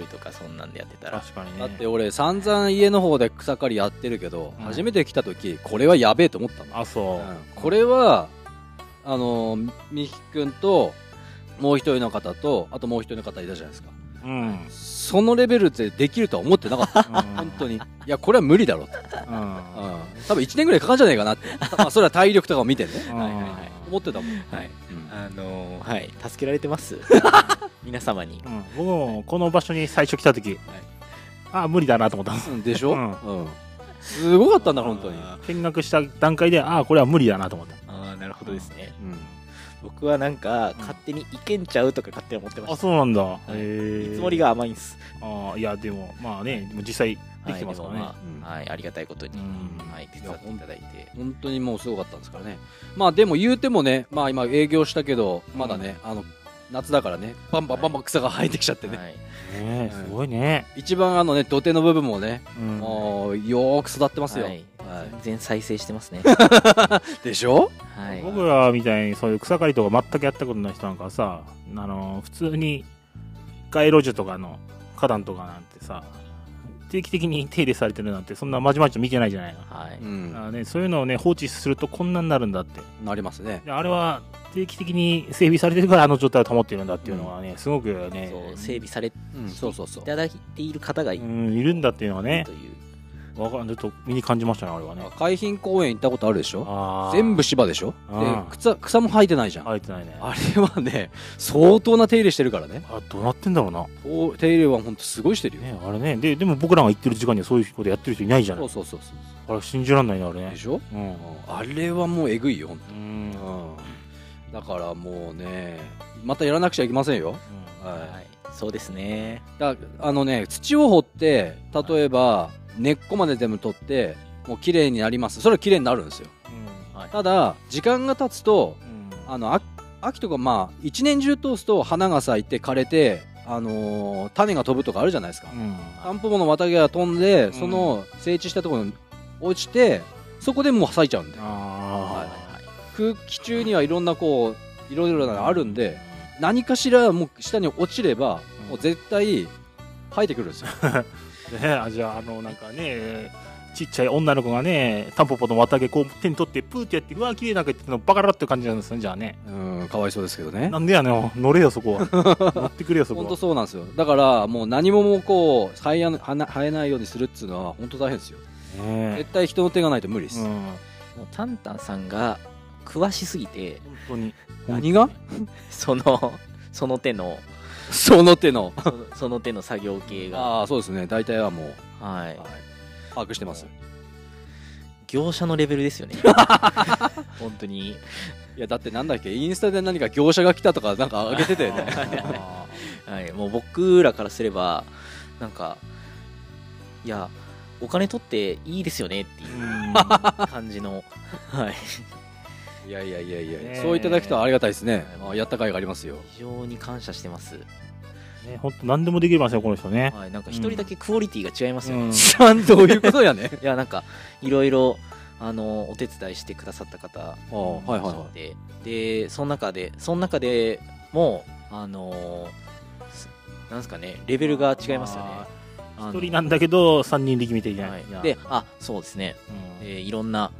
Speaker 3: 一人とかそんなんでやってたら
Speaker 2: 確かにね
Speaker 1: だって俺散々家の方で草刈りやってるけど、
Speaker 2: うん
Speaker 1: 初めて来た時これはやべえと思ったの、
Speaker 2: あそう
Speaker 1: うんこれはあのみきくんともう一人の方とあともう一人の方いたじゃないですか
Speaker 2: うん、うん
Speaker 1: そのレベルでできるとは思ってなかった本当にいやこれは無理だろうと、
Speaker 2: うん
Speaker 1: うん
Speaker 2: は
Speaker 1: 多分1年ぐらいかかるんじゃないかな って、まあ、それは体力とかを見てね
Speaker 2: い
Speaker 3: はいはい
Speaker 1: 思ってたもん、
Speaker 3: はい
Speaker 1: うん
Speaker 3: あのーはい助けられてます 皆様に
Speaker 2: うん、僕もこの場所に最初来た時、あ無理だなと思った
Speaker 1: うんでしょ、
Speaker 2: う
Speaker 1: うんんすごかったんだ本当に、
Speaker 3: あ
Speaker 2: 見学した段階でああこれは無理だなと思った
Speaker 3: ーあーなるほどですね
Speaker 1: うん
Speaker 3: 僕はなんか
Speaker 2: ん
Speaker 3: 勝手にいけんちゃうとか勝手に思ってま
Speaker 2: あ
Speaker 3: し
Speaker 2: そうなんだ、
Speaker 3: たはい
Speaker 2: へえ
Speaker 3: 見積もりが甘いんです
Speaker 2: あーいやでもまあねでも実際できてますからね、
Speaker 3: はいでもまあはいありがたいことに
Speaker 2: うん
Speaker 3: はい手伝っていただいて
Speaker 1: 本当にもうすごかったんですからね。まあでも言うてもね、まあ今営業したけど、まだね、あの、夏だからね、バンバンバンバン草が生えてきちゃってね。
Speaker 3: はい
Speaker 2: ねえすごいね、
Speaker 1: 一番あのね、土手の部分もね、
Speaker 2: うん
Speaker 1: もうよーく育ってますよ。
Speaker 3: はい
Speaker 1: はい
Speaker 3: 全然再生してます ね
Speaker 1: でしょ
Speaker 3: はい
Speaker 2: 僕らみたいにそういう草刈りとか全くやったことない人なんかはさあの普通に街路樹とかの花壇とかなんてさ定期的に手入れされてるなんてそんなまじまじと見てないじゃないの、
Speaker 3: はいう
Speaker 2: あ
Speaker 1: ん。
Speaker 2: ーね、そういうのをね放置するとこんなになるんだって
Speaker 1: なりますね。
Speaker 2: であれは定期的に整備されてるからあの状態を保っているんだっていうのはね、すごくね
Speaker 3: そう整備されて
Speaker 1: うん、そうそうそ。
Speaker 3: いうただいている方がいる
Speaker 2: うんいるんだっていうのはね
Speaker 3: という
Speaker 2: わかんちょっと身に感じましたねあれはね
Speaker 1: 海浜公園行ったことあるでしょ
Speaker 2: あー
Speaker 1: 全部芝でしょ
Speaker 2: あ
Speaker 1: で
Speaker 2: ー
Speaker 1: 草、草も生えてないじゃん。
Speaker 2: 生えてないねあ
Speaker 1: あれはね、相当な手入れしてるからね。
Speaker 2: どうなってんだろうな、
Speaker 1: お手入れは本当すごいしてるよ。
Speaker 2: ね、あれねででも僕らが行ってる時間にはそういうことやってる人いないじゃな
Speaker 1: そ
Speaker 2: いう
Speaker 1: そうそうそ
Speaker 2: あれ信じらんないなあれ
Speaker 1: う。
Speaker 2: ね
Speaker 1: でしょ
Speaker 2: うん
Speaker 1: うんあれはもうえぐいよ、本当
Speaker 2: うん
Speaker 1: うんだからもうねまたやらなくちゃいけませんよ、
Speaker 3: は
Speaker 1: はい
Speaker 3: そうですね
Speaker 1: い、だあのね土を掘って例えば根っこまで全部取ってもう綺麗になりますそれは綺麗になるんですよ
Speaker 3: はい
Speaker 1: ただ時間が経つと
Speaker 2: うん
Speaker 1: あのあ秋とかまあ一年中通すと花が咲いて枯れて、あのー種が飛ぶとかあるじゃないですか、
Speaker 2: うん
Speaker 1: タンポポの綿毛が飛んでその整地したところに落ちてそこでもう咲いちゃうんで
Speaker 3: は
Speaker 2: あ
Speaker 3: い
Speaker 2: ー
Speaker 3: はい
Speaker 1: 空気中にはいろんなこういろいろなのがあるんで、何かしらもう下に落ちれば、
Speaker 2: うん
Speaker 1: もう絶対生えてくるんですよ
Speaker 2: ねあじゃああのなんかねちっちゃい女の子がねタンポポの綿毛こう手に取ってプーってやってうわ綺麗なんか言ってたのバカラって感じなんですねじゃあね
Speaker 1: うんかわいそうですけどね
Speaker 2: なんでやねん乗れよそこ は乗ってくれよそこ
Speaker 1: 本当
Speaker 2: は
Speaker 1: そうなんですよだからもう何ももうこう生えや生えないようにするっつうのは本当大変ですよ
Speaker 2: ね
Speaker 1: 絶対人の手がないと無理です、
Speaker 2: うん
Speaker 3: もうタンタンさんが詳しすぎて
Speaker 2: 本当に
Speaker 1: 何が
Speaker 3: そのその手の
Speaker 1: その手の。
Speaker 3: そのその手の作業系が
Speaker 1: ああ、そうですね。大体はもう、
Speaker 3: は
Speaker 1: はい
Speaker 3: い、
Speaker 1: 把握してます。
Speaker 3: 業者のレベルですよね本当に
Speaker 1: いや、だってなんだっけ、インスタで何か業者が来たとか、なんか上げてたよね。
Speaker 2: あ
Speaker 3: はい、もう僕らからすれば、なんか、いや、お金取っていいですよねっていう
Speaker 2: ー
Speaker 3: 感じの、はい、
Speaker 1: いやいやいやいや、
Speaker 2: ねえ
Speaker 1: そういただくとありがたいですね。あやった甲斐がありますよ。
Speaker 3: 非常に感謝してます。
Speaker 2: うんね本当何でもできますよこの人ね。
Speaker 3: はい、なんか一人だけクオリティが違いますよね。
Speaker 2: うん
Speaker 1: ちゃんとどういうことやね。
Speaker 3: いや、なんか、いろいろ、あの、お手伝いしてくださった方、
Speaker 1: ああ、はいはいはい
Speaker 3: て、で、その中で、その中でも、あの、すなんですかね、レベルが違いますよね。あの
Speaker 2: 一人なんだけど三人力みたいな
Speaker 3: はい
Speaker 2: いや。
Speaker 3: で、あ、そうですね。
Speaker 2: うん
Speaker 3: えーいろんな、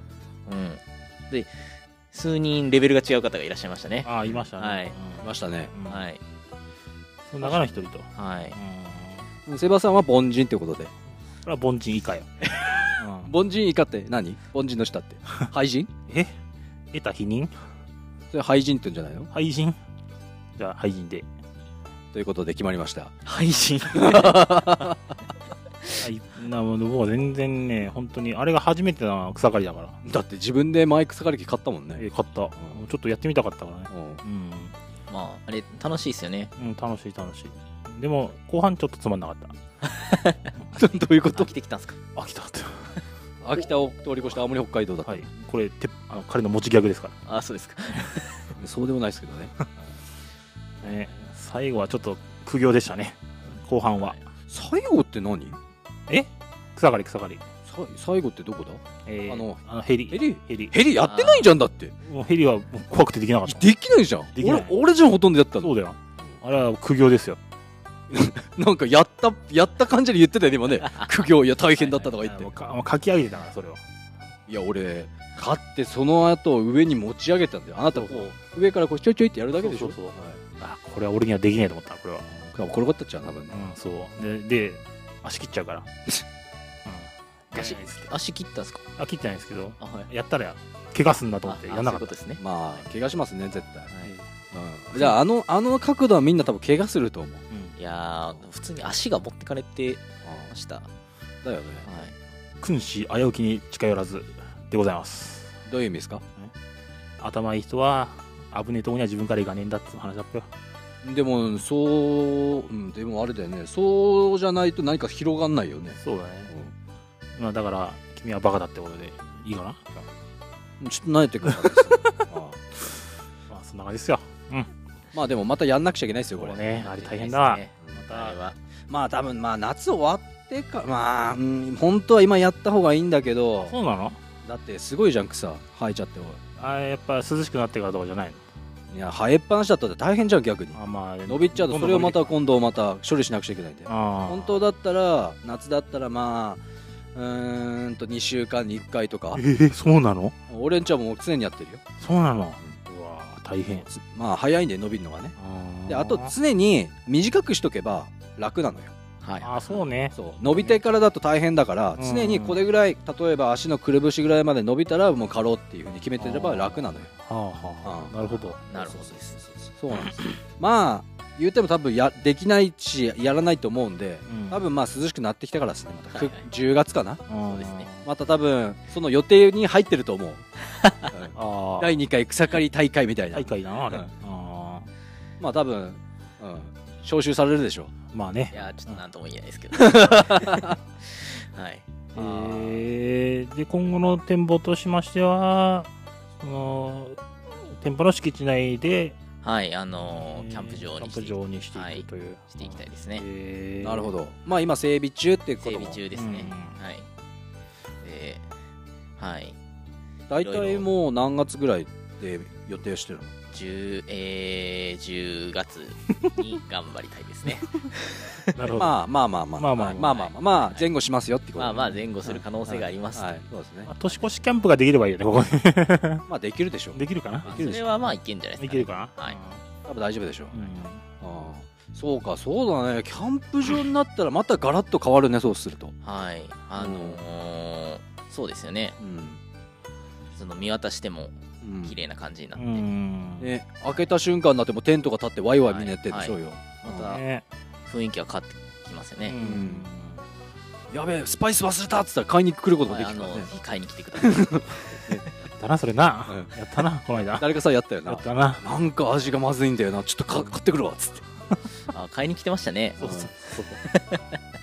Speaker 3: うん。で、数人レベルが違う方がいらっしゃいましたね。
Speaker 2: ああいましたね。
Speaker 3: はい
Speaker 1: いましたね。
Speaker 2: うんうん
Speaker 3: はい。
Speaker 2: その中の一人と。うん
Speaker 3: はい。
Speaker 1: セバさんは凡人ってことで。
Speaker 2: これは凡人以 下よ。うん
Speaker 1: 凡人以下って何凡人の下って。廃人
Speaker 2: え得た否認
Speaker 1: それ廃人って言うんじゃないの
Speaker 2: 廃人じゃあ廃人で。
Speaker 1: ということで決まりました。
Speaker 3: 配信。
Speaker 2: はい、なもう僕は全然ね、本当に、あれが初めてな草刈りだから。
Speaker 1: だって自分でマイク盛り機買ったもん
Speaker 2: え
Speaker 1: ね。
Speaker 2: 買った、ちょっとやってみたかったからね。
Speaker 1: うん
Speaker 2: うん、
Speaker 3: まあ、あれ、楽しいですよね。
Speaker 2: うん、楽しい楽しい。でも、後半ちょっとつまんなかった。
Speaker 1: どういうこ
Speaker 3: ど
Speaker 1: と
Speaker 3: きてきたんすか
Speaker 2: 飽きたって。
Speaker 1: 秋田を通り越して青森北海道だった、
Speaker 2: はい、これ、てあの彼の持ちギャグですか
Speaker 3: あ、そうですか。
Speaker 1: そうでもないですけどね
Speaker 2: ら、ね。最後はちょっと苦行でしたね。後半は。
Speaker 1: 最後って何さ
Speaker 2: え草刈り草刈り。
Speaker 1: 最後ってどこだ
Speaker 2: えー
Speaker 1: あの
Speaker 2: あのヘリ。
Speaker 1: ヘリ
Speaker 2: ヘリ。
Speaker 1: ヘリやってないじゃんだって
Speaker 2: もうヘリはもう怖くてできなかった。
Speaker 1: できないじゃん
Speaker 2: できない
Speaker 1: 俺俺じゃんほとんどやった
Speaker 2: そ
Speaker 1: の
Speaker 2: うだよ。あれは苦行ですよ。
Speaker 1: なんかやったやった感じで言ってたよね今 ね苦行いや大変だったとか言って
Speaker 2: もうかもうかき上げてたから、それを。
Speaker 1: いや俺勝ってその後上に持ち上げたんだよあなたこう上からこうちょいちょいってやるだけでしょ
Speaker 2: そうそうそうあ、これは俺にはできないと思った、これは。
Speaker 1: 多分転がったっちゃう多分ね
Speaker 2: うん、そう。で、で足切っちゃうから。うん、
Speaker 3: 足
Speaker 2: やらないですけど
Speaker 3: 足切ったんすか
Speaker 2: あ、切ってないんですけど、
Speaker 3: あ、はい。
Speaker 2: やったら怪我すんだと思
Speaker 3: あ
Speaker 2: っ、て、や
Speaker 3: あ
Speaker 2: ら
Speaker 3: そ
Speaker 2: な
Speaker 3: うい
Speaker 2: かっ
Speaker 3: うこ
Speaker 2: た。
Speaker 3: とですね。
Speaker 1: まあ怪我しますね絶対、
Speaker 3: はい
Speaker 1: うんじゃああのあの角度はみんな多分怪我すると思う
Speaker 2: うん
Speaker 3: いやー、普通に足が持ってかれてました。は
Speaker 1: だよね
Speaker 2: 君子危うきに近寄らずでございます。
Speaker 1: どういう意味ですか
Speaker 2: 頭いい人は、危ねえとこには自分から行かねえんだって話だっぺよ。
Speaker 1: でもそう、うん、でもあれだよねそうじゃないと何か広がんないよね、
Speaker 2: そうだね。まあ、だから、君はバカだってことで、いいかな
Speaker 1: うん、ちょっと慣れてくるからです、あ あ
Speaker 2: まあ、そんな感じですよ。うん。
Speaker 1: まあでもまたやんなくちゃいけないですよこれ
Speaker 2: そうね
Speaker 3: い。
Speaker 2: あれ大変だわ
Speaker 3: 大変ですね
Speaker 2: また
Speaker 3: あれは。
Speaker 1: まあ多分まあ夏終わってかまあ、うん、本当は今やった方がいいんだけど
Speaker 2: そうなの
Speaker 1: だってすごいじゃん草生えちゃっておい
Speaker 2: あやっぱ涼しくなってからとかじゃない
Speaker 1: いや生えっぱなしだったら大変じゃん逆に
Speaker 2: のあ、まあ、
Speaker 1: 伸びっちゃうとそれをまた
Speaker 2: 今
Speaker 1: 今度また処理しなくちゃいけないんで
Speaker 2: 度あ
Speaker 1: 本当だったら夏だったらまあうーんと2週間に1回とか
Speaker 2: えー、そうなの
Speaker 1: 俺んちはもう常にやってるよ
Speaker 2: そうなのうわー大変
Speaker 1: つまあ早いんで伸びるのがねであと常に短くしとけば楽なのよ
Speaker 3: はい。
Speaker 2: あーそうね
Speaker 1: そう伸びてからだと大変だから
Speaker 2: うん
Speaker 1: 常にこれぐらい例えば足のくるぶしぐらいまで伸びたらもう過労っていうふうに決めてれば楽なのよ
Speaker 2: はあはあは
Speaker 1: うん
Speaker 2: あなるほど
Speaker 3: なるほどです。
Speaker 1: そうなんですよまあ言っても多分やできないしやらないと思うんで
Speaker 2: うん
Speaker 1: 多分まあ涼しくなってきたからですねまたく
Speaker 3: はいはい
Speaker 1: 10月かな
Speaker 3: そうですね
Speaker 1: また多分その予定に入ってると 思ううん
Speaker 2: ああ
Speaker 1: 第2回草刈り大会みたいな
Speaker 2: 大会だなあれ
Speaker 1: うん
Speaker 2: あ
Speaker 1: まあ多分うん招集されるでしょう
Speaker 2: ーまあ
Speaker 3: い
Speaker 2: ね
Speaker 3: やー、ちょっとなんとも言えないですけど。 はい。
Speaker 1: あ
Speaker 2: えーで今後の展望としましてはその店舗の敷地内で
Speaker 3: はい、あのーキャンプ場にし
Speaker 2: キ
Speaker 3: て
Speaker 2: ャンプ場にして
Speaker 3: はい
Speaker 2: いくという
Speaker 3: していきたいですね。
Speaker 2: えー
Speaker 1: なるほどまあ今整備中っていうこと
Speaker 3: 整備
Speaker 1: も
Speaker 3: 中ですね、
Speaker 2: うん
Speaker 3: はいではい
Speaker 1: 大体もう何月ぐらいで予定してるの
Speaker 3: 10えー、10月に頑張りたいですね
Speaker 2: な るほど
Speaker 1: まあまあまあまあ
Speaker 2: まあまあ
Speaker 1: まあまあまあまあ前後しますよってこと
Speaker 3: まあまあ前後する可能性があります、
Speaker 1: はいはいそう ですね
Speaker 2: まあ年越しキャンプができればいいよねここに
Speaker 1: まあできるでしょう
Speaker 2: できるかな
Speaker 3: まあ
Speaker 1: きる
Speaker 3: そ
Speaker 1: でしょ
Speaker 3: れはまあいけんじゃないで
Speaker 2: い
Speaker 3: すか、
Speaker 2: け
Speaker 3: ね、
Speaker 2: るかな
Speaker 3: はい
Speaker 1: 多分大丈夫でしょう
Speaker 2: うん
Speaker 1: ああそうかそうだねキャンプ場になったらまたガラッと変わるねそうすると
Speaker 3: はいあのーそうですよね
Speaker 1: うん
Speaker 3: その見渡しても
Speaker 1: うん
Speaker 3: 綺麗な感じになっ
Speaker 2: う
Speaker 3: て、
Speaker 2: ん
Speaker 1: ね開けた瞬間になってもうテントが立ってワイワイみんなやってるでしょうよ
Speaker 3: ま
Speaker 2: う
Speaker 3: た
Speaker 2: ね
Speaker 3: 雰囲気が変わってきますよ
Speaker 2: う
Speaker 3: ね、
Speaker 2: ん
Speaker 1: やべえスパイス忘れたっつったら買いに来ることもでき
Speaker 3: あ
Speaker 1: るか
Speaker 3: の
Speaker 1: らね
Speaker 3: 買いに来てください
Speaker 2: だなそれな
Speaker 1: う
Speaker 2: やったなこの間や
Speaker 1: 誰かさやったよな
Speaker 2: ったな
Speaker 1: なんか味がまずいんだよなちょっとか買ってくるわっつって
Speaker 3: あ買いに来てましたね
Speaker 1: うんそう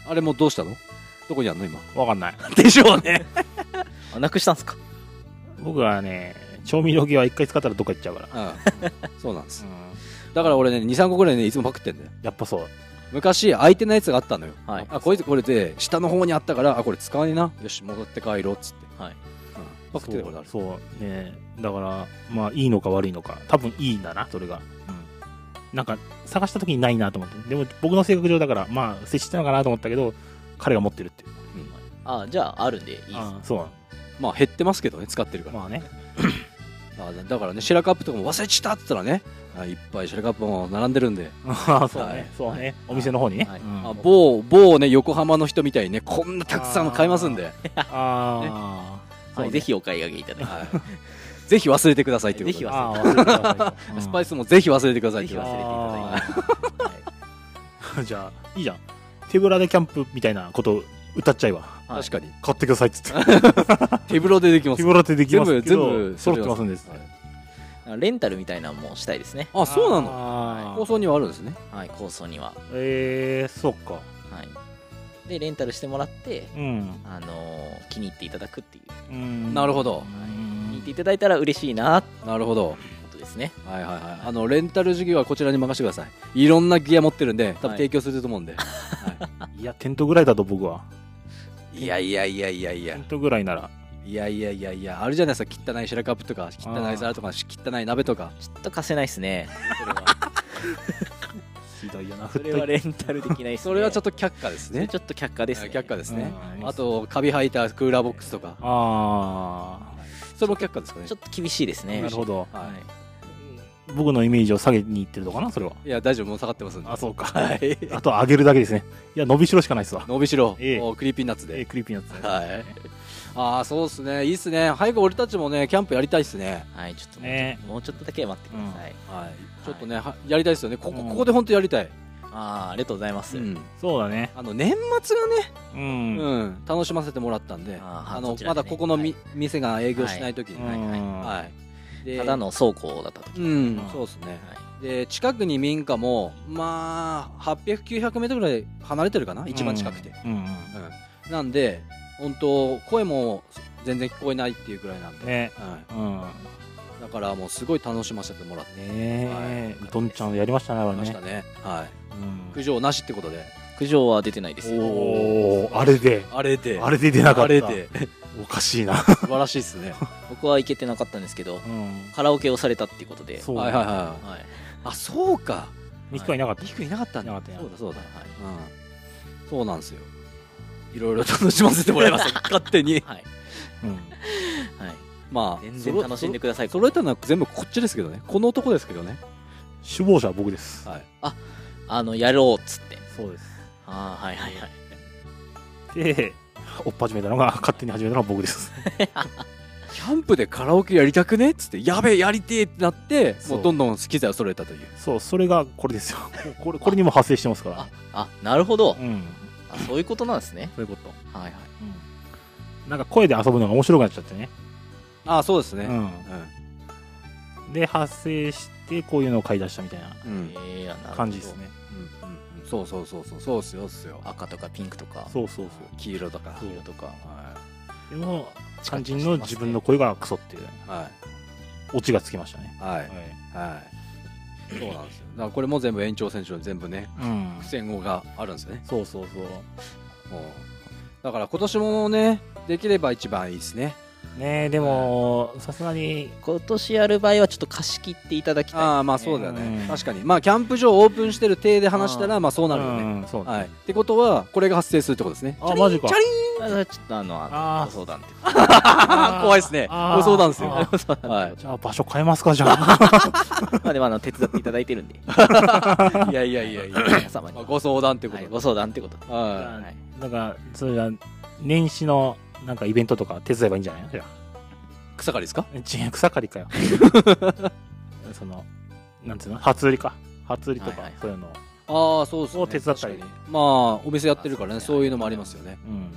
Speaker 1: あれもうどうしたのどこにあんの今
Speaker 2: わかんない
Speaker 1: でしょうね
Speaker 3: あなくしたんすか
Speaker 2: 僕はね調味料系は一回使ったらどっか行っちゃうから
Speaker 1: うんそうなんですだから俺ね23個ぐらいねいつもパクってんだよ
Speaker 2: やっぱそう
Speaker 1: 昔空いてないやつがあったのよ、
Speaker 3: はい
Speaker 1: あこいつこれで下の方にあったからあこれ使わねえなよし戻って帰ろうっつって、
Speaker 3: は
Speaker 1: う
Speaker 3: い
Speaker 1: んパクってたことある
Speaker 2: そうそうねだからまあいいのか悪いのか多分いいんだなそれがなんか探した時にないなと思ってでも僕の性格上だからまあ接してたのかなと思ったけど彼が持ってるっていう
Speaker 3: あじゃああるんでいいです
Speaker 2: ああそう
Speaker 1: まあ減ってますけどね使ってるから、
Speaker 2: まあね
Speaker 1: あだだからねシェラカップとかも忘れちったって言ったらねあいっぱいシェラカップも並んでるんで、
Speaker 2: ああ そう
Speaker 1: は
Speaker 2: ね
Speaker 1: い
Speaker 2: そうねお店の方にね
Speaker 3: はい
Speaker 2: うん
Speaker 1: あ某某ね横浜の人みたいにねこんなたくさん買いますんで、
Speaker 2: ああ
Speaker 3: はい、ぜひお買い上げい ただき
Speaker 1: はい、 ぜひ忘れてくださいっていうこと
Speaker 3: ぜひ
Speaker 1: で
Speaker 3: 忘
Speaker 2: ああ忘れてくださいと
Speaker 1: スパイスもぜひ忘れてください
Speaker 3: ぜ
Speaker 1: って
Speaker 3: ひ
Speaker 1: いう
Speaker 3: 忘れていただい て、は
Speaker 2: じゃあいいじゃん 手ぶらでキャンプみたいなこと歌っちゃえば
Speaker 3: はい
Speaker 1: 確かに
Speaker 2: 買ってくださいっつって
Speaker 1: 手ぶらでできます
Speaker 2: 手ぶらでできますけど
Speaker 1: 全部全部
Speaker 2: 揃ってますんです
Speaker 1: はい
Speaker 3: い、レンタルみたいなのもしたいですね
Speaker 1: あそうなの
Speaker 2: の
Speaker 1: 放送にはあるんですね
Speaker 3: はい構想には
Speaker 2: えー、そっか
Speaker 3: はいでレンタルしてもらって
Speaker 2: うん、
Speaker 3: あのー気に入っていただくっていう
Speaker 2: うん
Speaker 1: なるほど
Speaker 3: 気に入っていただいたら嬉しいなって
Speaker 1: なるほど
Speaker 3: ことですね
Speaker 1: はいはいはいあのレンタル事業はこちらに任せてくださいいろんなギア持ってるんで多分
Speaker 3: はい
Speaker 1: 提供すると思うんで、はい、
Speaker 2: やテントぐらいだと僕は い
Speaker 1: いやいやいやいやいや
Speaker 2: テントぐらいなら
Speaker 1: いやいやいやいやあるじゃないですか汚い白カップとか汚い皿とか汚い鍋とか
Speaker 3: ちょっと貸せないですねそれは
Speaker 2: ひどいよな
Speaker 3: それはレンタルできないですね
Speaker 1: それはちょっ
Speaker 3: と
Speaker 1: と却下ですね
Speaker 3: ちょっと却下ですね
Speaker 1: 却下ですすね、
Speaker 2: うん
Speaker 1: あとカビ生えたクーラーボックスとか
Speaker 2: あ
Speaker 1: それも却下ですかね
Speaker 3: ちょっと厳しいです
Speaker 2: あ
Speaker 3: ね
Speaker 2: なるほど
Speaker 1: はい
Speaker 3: はい
Speaker 2: 僕のイメージを下げにいってるのかなそれはい
Speaker 1: や大丈夫もう下がってますんで
Speaker 2: あそうか、
Speaker 1: はい
Speaker 2: あと上げるだけですねいや伸びしろしかないっすわ
Speaker 1: 伸びしろ、
Speaker 2: ええ
Speaker 1: もうクリーピーナッツ
Speaker 2: えー
Speaker 1: で、
Speaker 2: クリーピーナッツね
Speaker 1: はいああそうっすねいいっすね早く俺たちもねキャンプやりたいっすね
Speaker 3: はいちょっともう,、
Speaker 2: ね
Speaker 3: もうちょっとだけ待ってください、
Speaker 1: はいちょっとね、はやりたいですよねここ
Speaker 2: うん
Speaker 1: ここで本当やりたい、
Speaker 3: ああありがとうございます、
Speaker 1: うん
Speaker 2: そうだね
Speaker 1: あの年末がね、
Speaker 2: うん、
Speaker 1: うん楽しませてもらったんで
Speaker 3: あ
Speaker 1: あ
Speaker 3: ー
Speaker 1: の
Speaker 3: そちら
Speaker 1: ま
Speaker 3: でね
Speaker 1: だここのみ、店が営業しない時に
Speaker 2: う
Speaker 1: はい、
Speaker 2: ん
Speaker 1: はいで
Speaker 3: ただの倉庫だった
Speaker 1: う
Speaker 3: 時、
Speaker 1: ん
Speaker 2: うん
Speaker 1: そうですね、
Speaker 3: はい
Speaker 1: で近くに民家もまあ800900メートルぐらい離れてるかな一番近くて、
Speaker 2: うんうん
Speaker 1: うんなんで本当声も全然聞こえないっていうぐらいなんで、
Speaker 2: ね
Speaker 1: は
Speaker 2: うんね
Speaker 1: い、だからもうすごい楽しませてもらって
Speaker 2: え、
Speaker 1: はいう
Speaker 2: どんちゃんやりましたねあれ
Speaker 1: まし
Speaker 2: ね
Speaker 1: たね、はい、
Speaker 2: うん
Speaker 1: 苦情なしってことで
Speaker 3: 苦情は出てないですよ
Speaker 2: おーあれで
Speaker 1: あれで
Speaker 2: あれで出なかった
Speaker 1: あれで
Speaker 2: おかしいな、
Speaker 1: 素晴らしいですね
Speaker 3: 僕は行けてなかったんですけど
Speaker 2: うん、
Speaker 3: カラオケをされたっていうことで
Speaker 2: そう
Speaker 1: はいはいはい
Speaker 3: はい
Speaker 1: あそうか
Speaker 2: ミキコはいなかった
Speaker 1: ミキ君いなかったんだ
Speaker 2: いなかったいな
Speaker 1: そ
Speaker 2: か
Speaker 1: う
Speaker 2: っ
Speaker 1: だそうだ、
Speaker 3: は
Speaker 1: うん、そうなんですよいろいろ楽しませてもらい ました勝手に
Speaker 3: はい、
Speaker 2: うん
Speaker 3: はい、
Speaker 1: まあ
Speaker 3: 全然楽しんでください
Speaker 1: そ揃えたのは全部こっちですけどねこの男ですけどね
Speaker 2: 首謀者は僕です
Speaker 1: はい
Speaker 3: あのやろうっつって
Speaker 2: そうです
Speaker 3: ああはいはいはい
Speaker 2: で追っ始めたのが勝手に始めたのが僕です
Speaker 1: キャンプでカラオケやりたくねっつってやべえやりてえってなって
Speaker 2: そう
Speaker 1: もうどんどん機材を揃えたという
Speaker 2: そうそれがこれですよこれこれにも発生してますから
Speaker 3: ああなるほど、
Speaker 2: うん
Speaker 3: あそういうことなんですね
Speaker 2: そういうこと、
Speaker 3: はいはい
Speaker 2: うん、なんか声で遊ぶのが面白くなっちゃってね
Speaker 1: ああそうですね
Speaker 2: ううんで発生してこういうのを買い出したみたいな
Speaker 1: うんうんうん
Speaker 3: ええなるほど
Speaker 2: 感じですね
Speaker 1: うんうんそうそうそうそうそうっすよっすよ
Speaker 3: 赤とかピンクとか
Speaker 2: そうそう
Speaker 1: 黄色とか
Speaker 2: そう
Speaker 3: 色とか
Speaker 1: は
Speaker 2: そうでも肝心の自分の声がクソっていう
Speaker 1: いはい
Speaker 2: オチがつきましたね
Speaker 1: はい
Speaker 2: はい
Speaker 1: はい。そうなんですよ。だからこれも全部延長戦勝全部ね、
Speaker 2: うん
Speaker 1: 苦戦後があるんですよね。
Speaker 2: そうそうそう
Speaker 1: もうだから今年もね、できれば一番いいですね。
Speaker 2: ねえでもさすがに
Speaker 3: 今年やる場合はちょっと貸し切っていただきた
Speaker 1: ああ、まあそうだよね。
Speaker 2: うん
Speaker 1: 確かに。まあキャンプ場オープンしてる体で話したら、まあそうなるよね。
Speaker 2: うんそうだね
Speaker 1: はい。ってことは、これが発生するってことです ね。
Speaker 2: あマジか
Speaker 1: チャリ
Speaker 3: いあーちょっとあのあの
Speaker 2: あー
Speaker 3: ご相談っていう
Speaker 1: あー怖いですね。
Speaker 2: あー
Speaker 1: ご相談ですよ。
Speaker 2: あー
Speaker 1: は
Speaker 2: じゃあ場所変えますかじゃあ
Speaker 3: まあでもあの手伝っていただいてる んで
Speaker 1: い。いやいやいやいや。
Speaker 3: 皆様に
Speaker 1: まあご相談ってこ
Speaker 3: はい、
Speaker 1: と
Speaker 3: ご相談ってこと
Speaker 1: で。は
Speaker 3: はい
Speaker 2: なんかそれじゃ年始のなんかイベントとか手伝えばいいんじゃないのじゃ
Speaker 1: い。草刈りですか
Speaker 2: あ違う草刈りかよ そのなんつうの初売りか初売りと
Speaker 3: はい
Speaker 2: か
Speaker 3: はい
Speaker 2: そういうのを
Speaker 1: ああそうですね
Speaker 2: を手伝ったり
Speaker 1: 確かにまあお店やってるからね
Speaker 3: あ
Speaker 1: そういうのもありますよね
Speaker 2: うん。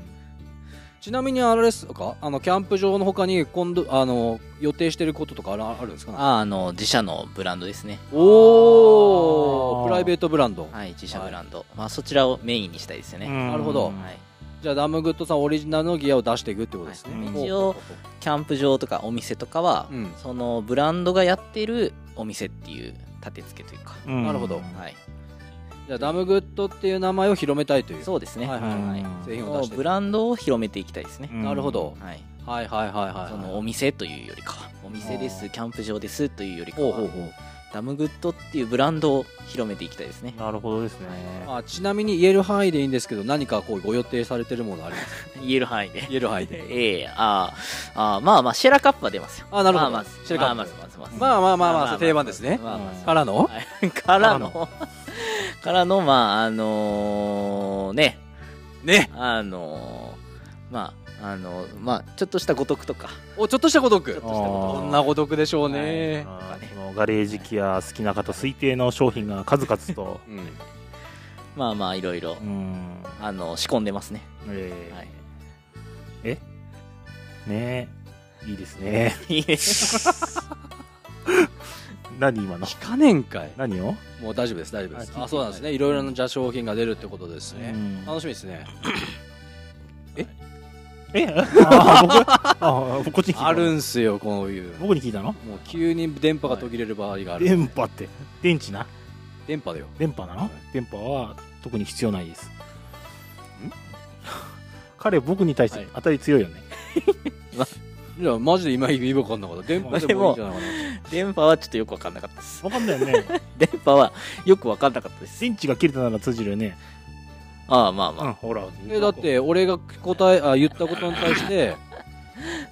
Speaker 1: ちなみにあれですかあのキャンプ場の他に今度あの予定してることとかあるあるんですか、ね、
Speaker 3: ああの自社のブランドですね
Speaker 1: お
Speaker 2: あ
Speaker 1: お
Speaker 2: ー
Speaker 1: プライベートブランド、
Speaker 3: はい自社ブランド、まあそちらをメインにしたいですよね、
Speaker 2: な
Speaker 1: るほど
Speaker 3: はい、
Speaker 1: じゃあダムグッドさんオリジナルのギアを出していくってことですね、
Speaker 2: はい
Speaker 1: ほう
Speaker 3: 一応
Speaker 1: ほうほうほ
Speaker 3: キャンプ場とかお店とかは、
Speaker 1: うん
Speaker 3: そのブランドがやってるお店っていう立て付けというか、
Speaker 1: なるほど
Speaker 3: はい、
Speaker 1: うじゃあダムグッドっていう名前を広めたいという
Speaker 3: そうですね、
Speaker 1: はいはい
Speaker 2: はい
Speaker 1: 製品を出
Speaker 3: もう
Speaker 1: して
Speaker 3: ブランドを広めていきたいですね、
Speaker 1: なるほど
Speaker 3: はい、
Speaker 1: はいはいはいはいはい
Speaker 3: そのお店というよりかはお店ですキャンプ場ですというよりか
Speaker 1: ほう
Speaker 3: は
Speaker 1: ほうほう
Speaker 3: ダムグッドっていうブランドを広めていきたいですね
Speaker 2: なるほどですね。
Speaker 1: あちなみに言える範囲でいいんですけど何かこうご予定されてるものありますか
Speaker 3: 言える範囲で
Speaker 1: 言える範囲で
Speaker 3: ええあーあーまあまあシェラカップは出ますよ
Speaker 1: あなるほど
Speaker 3: まあまあ
Speaker 1: シェラカップ
Speaker 3: まあまあ
Speaker 1: まあまあま
Speaker 3: まあ
Speaker 1: あまあ
Speaker 3: まあまあまあ
Speaker 1: 定番ですね
Speaker 3: まあまあ
Speaker 2: うん
Speaker 1: からの
Speaker 3: はい からの、からの、まあ、あのーね、
Speaker 1: ね
Speaker 3: あのーまあ、あのーまあ、ちょっとしたごとくとか、
Speaker 1: おちょっとしたごと
Speaker 3: ちょっ
Speaker 1: く
Speaker 3: としたご
Speaker 1: ことんなごとくでしょうね。
Speaker 2: あーこのガレージキア好きな方推定の商品が数々と
Speaker 1: うん
Speaker 3: く、まあまあ、いろいろ
Speaker 2: う、ん。
Speaker 3: あの仕込んでますね。
Speaker 2: え
Speaker 3: はい。
Speaker 2: ーねえいいですね。
Speaker 3: いいね
Speaker 2: 何今の
Speaker 1: 聞かねんかい
Speaker 2: 何を
Speaker 1: もう大丈夫です大丈夫です
Speaker 2: あ
Speaker 1: あそうなんですねいろいろなじゃあ商品が出るってことですね
Speaker 2: うん
Speaker 1: 楽しみですね
Speaker 2: え あ僕あこっちに聞いたの
Speaker 1: あるんすよこういう
Speaker 2: 僕に聞いたの
Speaker 1: もう急に電波が途切れる場合がある
Speaker 2: 電波って電池な
Speaker 1: 電波だよ
Speaker 2: 電波なの電波は特に必要ないです 彼僕に対し
Speaker 1: は
Speaker 2: て
Speaker 1: い
Speaker 2: 当たり強いよね、
Speaker 1: じゃあマジで今意味わかんなかった電波でもいいんじゃないかな
Speaker 3: 電波はちょっとよくわかんなかったです。
Speaker 2: 分かんないよ ね
Speaker 3: 電波はよくわかんなかったです。
Speaker 2: 電池が切れたなら通じるよね
Speaker 3: ああ、まあまあ。
Speaker 2: うんほら
Speaker 1: えだって俺が答えあ言ったことに対して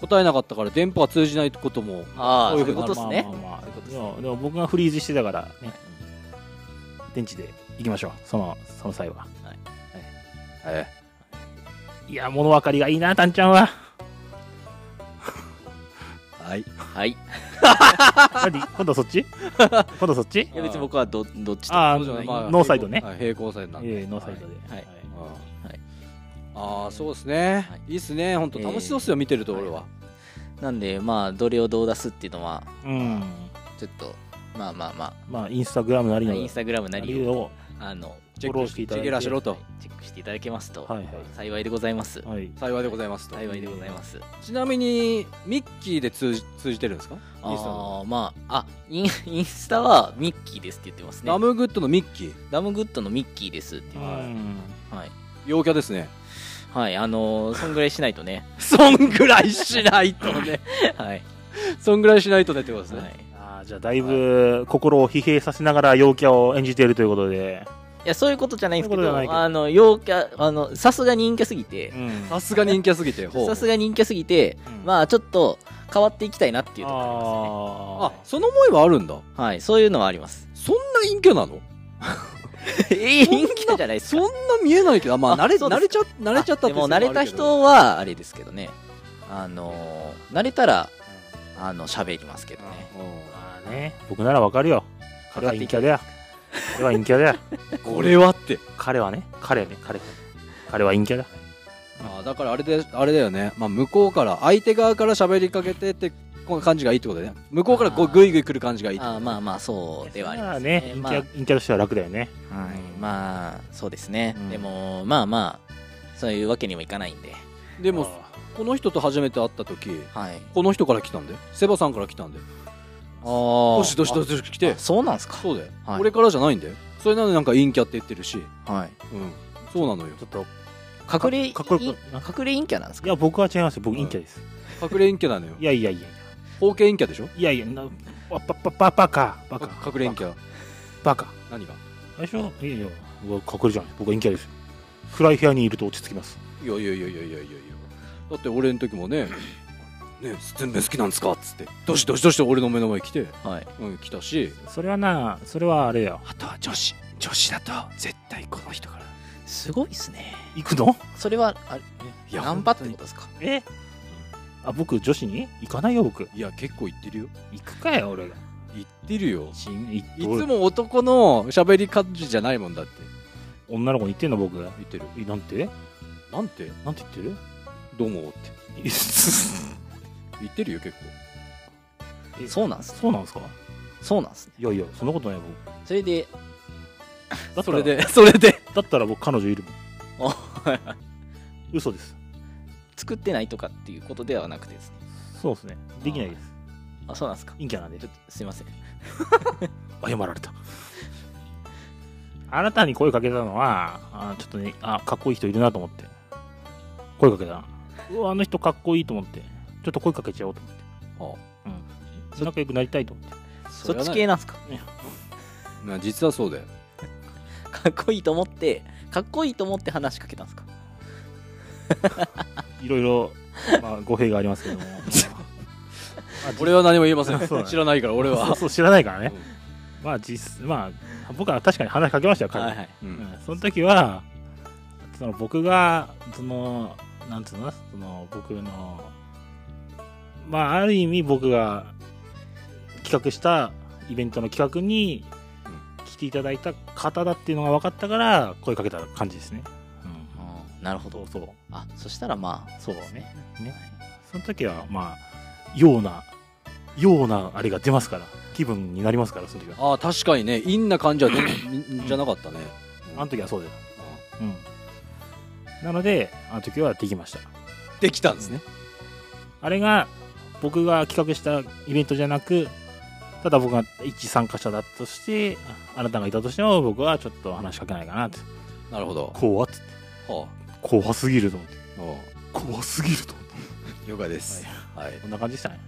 Speaker 1: 答えなかったから電波が通じないことも
Speaker 3: ああ、
Speaker 1: そ
Speaker 3: そうう
Speaker 1: い
Speaker 3: いう
Speaker 1: ふう
Speaker 3: う
Speaker 1: に
Speaker 3: ことですね
Speaker 2: まあ。まあまあ
Speaker 1: そういうことで
Speaker 2: でもでも僕がフリーズしてたからね電池でいきましょうそのその際は
Speaker 1: え
Speaker 2: いや物分かりがいいなタンちゃん は
Speaker 1: はい
Speaker 3: はい。い
Speaker 2: 何今度はそっ ち今度はそっち
Speaker 3: や、別に僕はど、どっちとも
Speaker 2: ああ
Speaker 1: そうじゃないまあ
Speaker 2: ノーサイドね、
Speaker 1: はい平行線なん
Speaker 2: いえい
Speaker 1: で
Speaker 2: えノーサイドで、
Speaker 3: はい
Speaker 1: は
Speaker 3: はいい
Speaker 1: ああそうですね
Speaker 3: はい
Speaker 1: いいっすね本当楽しそうっすよ見てると俺は
Speaker 3: なんで、まあ、どれをどう出すっていうのは、
Speaker 2: うん
Speaker 3: ちょっと、まあまあま
Speaker 2: まあインスタグラムなり
Speaker 3: あ、
Speaker 2: の
Speaker 3: インスタグラムなりを、
Speaker 2: を
Speaker 3: あの、
Speaker 1: チェ
Speaker 2: フ
Speaker 1: ッ
Speaker 2: ォロ
Speaker 1: クし
Speaker 2: ーし
Speaker 1: て
Speaker 2: ていた
Speaker 1: チェ
Speaker 2: だいて
Speaker 1: ケラしろと
Speaker 3: チェックしていただけますと、
Speaker 2: はいはい
Speaker 3: 幸いでございます。
Speaker 2: はい
Speaker 1: 幸いでございますと
Speaker 3: 幸いでございます。
Speaker 1: ちなみにミッキーで通じ通じてるんですか
Speaker 3: あ
Speaker 1: インスタの
Speaker 3: あーまあ、あイン、 インスタはミッキーですって言ってますね
Speaker 1: ダ。ムグッドのミッキー
Speaker 3: ダムグッドのミッキーですって言ってま
Speaker 2: ん
Speaker 3: す。はい。
Speaker 1: 陽キャですね
Speaker 3: はい、あのーそんぐらいしないとね。
Speaker 1: そんぐらいしないとね
Speaker 3: はい。
Speaker 1: そんぐらいしないとねってことです
Speaker 3: は
Speaker 1: ね
Speaker 3: い。
Speaker 2: あーじゃあだいぶ心を疲弊させながら陽キャを演じているということで、
Speaker 3: いや、そういうことじゃないんですけ
Speaker 2: そういう
Speaker 3: ど、
Speaker 2: ことじゃないけど
Speaker 3: あの、陽キャ、あの、さすがに陰キャすぎて、
Speaker 1: さすが人気すぎてほう
Speaker 3: さすがに陰キャすぎて、
Speaker 2: うん
Speaker 3: まあ、ちょっと変わっていきたいなっていうところありますね。
Speaker 2: あ
Speaker 1: あその思いはあるんだ
Speaker 3: はい、そういうのはあり ます。
Speaker 1: そんな陰キャなの
Speaker 3: え、陰キャじゃないです
Speaker 1: そ
Speaker 3: か
Speaker 1: ん。な見えないけど、まあ、
Speaker 3: あ
Speaker 1: 慣れ
Speaker 3: そうで
Speaker 1: 慣
Speaker 3: す
Speaker 1: れちゃ慣れちゃった
Speaker 3: あでも慣れた
Speaker 1: は
Speaker 3: 人はあれですけどねあのー慣れたらあの喋りますけどね
Speaker 2: まあね僕ならわかるよ彼は陰キャだよ彼は陰キャ だよ
Speaker 1: これはって
Speaker 2: 彼はね彼ね彼彼は陰キャだ
Speaker 1: あだからあれであれだよね、まあ、向こうから相手側から喋りかけてってこの感じがいいってことだよね向こうからこう
Speaker 3: あー
Speaker 1: グイグイ来る感じがいい
Speaker 3: あーまあまあそうではあります
Speaker 2: そ
Speaker 3: ね
Speaker 2: れは
Speaker 3: まあ
Speaker 2: 陰キャ陰キャとしては楽だよね
Speaker 3: はいまあそうですね、
Speaker 2: うん
Speaker 3: でもまあまあそういうわけにもいかないんで
Speaker 1: でもこの人と初めて会った時
Speaker 3: はい
Speaker 1: この人から来たんでセバさんから来たんで
Speaker 3: ああ
Speaker 1: どしどしどしどし来て
Speaker 3: そうなんですか
Speaker 1: そうだよ、
Speaker 3: はい
Speaker 1: 俺からじゃないんだよそれなのになんか陰キャって言ってるし、
Speaker 3: はい
Speaker 1: うん、そうなのよ
Speaker 2: ちょっと
Speaker 3: 隠れ
Speaker 2: かっこよく
Speaker 3: 隠れ陰キャなんです
Speaker 2: い
Speaker 3: か
Speaker 2: や僕は違いますよ僕陰キャです、
Speaker 1: 隠れ陰キャなのよ
Speaker 2: いやいやいや
Speaker 1: 包茎陰キャでしょ
Speaker 2: いやいやなパパパパパカバカ
Speaker 1: 隠れ陰キャ
Speaker 2: バカ
Speaker 1: 何が
Speaker 2: 最初いやいやうわ隠れじゃない僕は陰キャですよ暗い部屋にいると落ち着きます
Speaker 1: いやいやいやいやいやいやいやだって俺の時もね「 ね全部好きなんですか?」っつってどしどしどしと俺の目の前に来て、
Speaker 3: はい
Speaker 1: うん、来たし
Speaker 2: それはなそれはあれよ
Speaker 1: あとは女子女子だと絶対この人から
Speaker 3: すごいですね
Speaker 2: 行くの
Speaker 3: それはあれ
Speaker 1: いや
Speaker 3: ナンパってことですか
Speaker 2: えあ僕女子に行かないよ僕
Speaker 1: いや結構行ってるよ
Speaker 2: 行くかよ俺が
Speaker 1: 言ってるよ
Speaker 2: 新一
Speaker 1: いつも男の喋り感じじゃないもんだって
Speaker 2: 女の子に言ってんの僕
Speaker 1: 言ってる
Speaker 2: えなんて
Speaker 1: なんて
Speaker 2: なんて言ってる
Speaker 1: どうもって 言ってるよ結構
Speaker 2: え
Speaker 3: そうなんすね
Speaker 2: そうなんですか
Speaker 3: そうなんですね
Speaker 2: いやいやそんなことない僕
Speaker 3: それで
Speaker 2: だった
Speaker 1: そ
Speaker 2: ら
Speaker 1: れでそれで
Speaker 2: だったら僕彼女いるもん
Speaker 3: あ
Speaker 2: 嘘です
Speaker 3: 作ってないとかっていうことではなくてですね
Speaker 2: そうですねできないです
Speaker 3: あそうなんですか
Speaker 2: 陰キャなんで
Speaker 3: ちょっとすいません
Speaker 2: 謝られたあなたに声かけたのはあちょっとねあかっこいい人いるなと思って声かけたうわあの人かっこいいと思ってちょっと声かけちゃおうと思って
Speaker 3: そ
Speaker 2: 仲良くなりたいと思って
Speaker 3: そっち
Speaker 1: れ
Speaker 3: 系
Speaker 1: は
Speaker 3: なんすか
Speaker 1: ないな実はそうだよ
Speaker 3: かっこいいと思ってかっこいいと思って話しかけたんですか
Speaker 2: いろいろ、ま あ、語弊がありますけどもまあ
Speaker 1: 俺は何も言えませ ん
Speaker 2: そうだね
Speaker 1: 知らないから俺
Speaker 2: そう
Speaker 1: は
Speaker 2: そう知らないからね、まあ実まあ僕は確かに話しかけましたよ彼に、
Speaker 3: はい
Speaker 1: うんうん
Speaker 2: うんその時はその僕がそのなんつうのその僕のまあある意味僕が企画したイベントの企画に来ていただいた方だっていうのが分かったから声かけた感じですね、うん
Speaker 3: うんなるほ
Speaker 2: そ
Speaker 3: ど
Speaker 2: うそう
Speaker 3: あそしたらまあ
Speaker 2: そう
Speaker 3: です
Speaker 2: ね
Speaker 3: はい
Speaker 2: ねその時はまあようなようなあれが出ますから気分になりますからその時は
Speaker 1: ああ確かにね陰な感じは出んじゃなかったね
Speaker 2: あの時はそうですうんなのであの時はできました
Speaker 1: できたんですね
Speaker 2: あれが僕が企画したイベントじゃなくただ僕が一参加者だとしてあなたがいたとしても僕はちょっと話しかけないかなって
Speaker 1: なるほど
Speaker 2: 怖っつって
Speaker 1: は
Speaker 2: 怖すぎると思って
Speaker 1: あは
Speaker 2: 怖すぎると思って
Speaker 1: あ了解ですはい
Speaker 2: こんな感じでしたね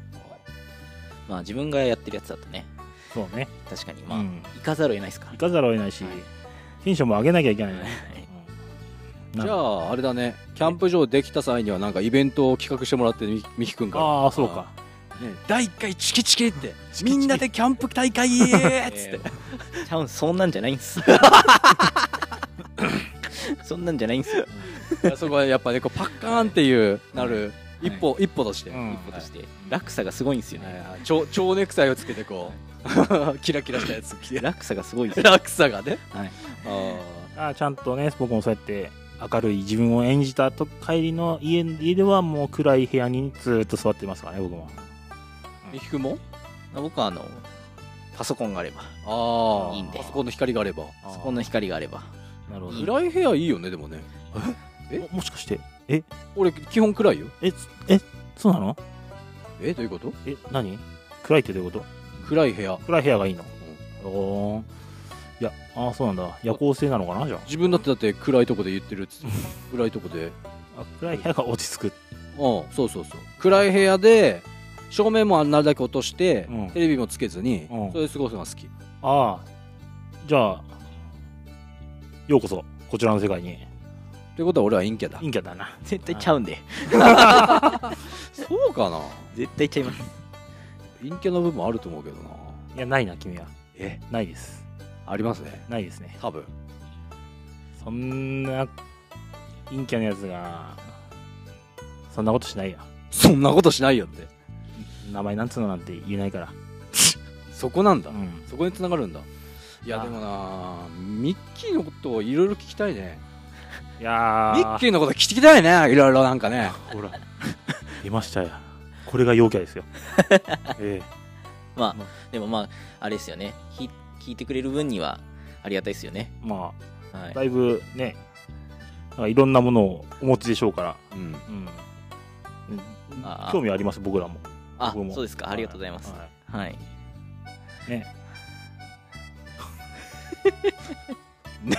Speaker 3: まあ自分がやってるやつだとね
Speaker 2: そうね
Speaker 3: 確かに
Speaker 2: ま
Speaker 3: ま
Speaker 2: あ、
Speaker 3: あ、
Speaker 2: うん
Speaker 3: 行かざるを得ないですから
Speaker 2: 行かざるを得ないし、
Speaker 3: はい
Speaker 2: テンションも上げなきゃいけないね、うん
Speaker 1: じゃ
Speaker 2: な
Speaker 1: ああれだねキャンプ場できた際にはなんかイベントを企画してもらってみみきくんから
Speaker 2: ああそうか
Speaker 1: ね第1回チキチキって
Speaker 2: チキチキ
Speaker 1: みんなでキャンプ大会ーっつって
Speaker 3: えーちゃうんそんなんじゃないん すそんなんじゃないんすよ
Speaker 1: いや そこはやっぱねこうパッカーンっていうなる
Speaker 3: い
Speaker 1: 一歩一歩として
Speaker 2: うん
Speaker 3: 一歩として落差がすごいんですよね、
Speaker 1: はい蝶蝶ネクタイをつけてこうキラキラしたやつ着て
Speaker 3: 落差がすごいですよ
Speaker 1: 落差がね
Speaker 3: はい
Speaker 1: あ
Speaker 2: あーちゃんとね僕もそうやって明るい自分を演じたと帰りの家家ではもう暗い部屋にずーっと座ってますからね僕も
Speaker 1: ーみきくんも
Speaker 3: 僕はあのパソコンがあれば
Speaker 1: ああ
Speaker 3: いいんで
Speaker 1: パソコンの光があれば
Speaker 2: あー
Speaker 3: パソコンの光があれば
Speaker 2: なるほど
Speaker 1: 暗い部屋いいよねでもねえ
Speaker 2: ももしかしてえ
Speaker 1: 俺基本暗いよ
Speaker 2: ええそうなの
Speaker 1: えどういうこと
Speaker 2: え何暗いってどういうこと
Speaker 1: 暗い部屋
Speaker 2: 暗い部屋がいいの、おーいやああそうなんだ夜行性なのかなじゃ
Speaker 1: 自分だってだって暗いとこで言ってるっつって暗いとこで
Speaker 2: ああ暗い部屋が落ち着く
Speaker 1: うんそうそうそう暗い部屋で照明もあんなるだけ落として、
Speaker 2: うん
Speaker 1: テレビもつけずに、
Speaker 2: うん
Speaker 1: それで過ごすのが好き
Speaker 2: ああじゃあようこそこちらの世界に
Speaker 1: ということは俺は陰キャだ
Speaker 2: 陰キャだな
Speaker 3: 絶対ちゃうんで
Speaker 1: そうかな
Speaker 3: 絶対ちゃいます
Speaker 1: 陰キャの部分あると思うけどない
Speaker 2: やないな君は
Speaker 1: え
Speaker 2: ないです
Speaker 1: ありますね
Speaker 2: ないですね
Speaker 1: 多分
Speaker 2: そんな陰キャのやつがそんなことしないよ
Speaker 1: そんなことしないよって
Speaker 2: 名前なんつうのなんて言えないから
Speaker 1: そこなんだ、
Speaker 2: うん
Speaker 1: そこに繋がるんだいや
Speaker 2: あ
Speaker 1: でもなミッキーのことをいろいろ聞きたいね
Speaker 2: いや
Speaker 1: ミッキーのこと聞きたいねいろいろなんかね
Speaker 2: ほら 出ましたよこれが陽キャです よえ
Speaker 3: まあでもまああれですよねひ聞いてくれる分にはありがたいですよね
Speaker 2: えま
Speaker 3: は
Speaker 2: あ
Speaker 3: い
Speaker 2: だいぶねなんかいろんなものをお持ちでしょうから、
Speaker 1: うん
Speaker 2: うん
Speaker 3: ああ
Speaker 2: 興味あります僕らも
Speaker 3: あ
Speaker 2: 僕も
Speaker 3: そうですかありがとうございます
Speaker 2: は
Speaker 3: はい
Speaker 2: いね
Speaker 1: ね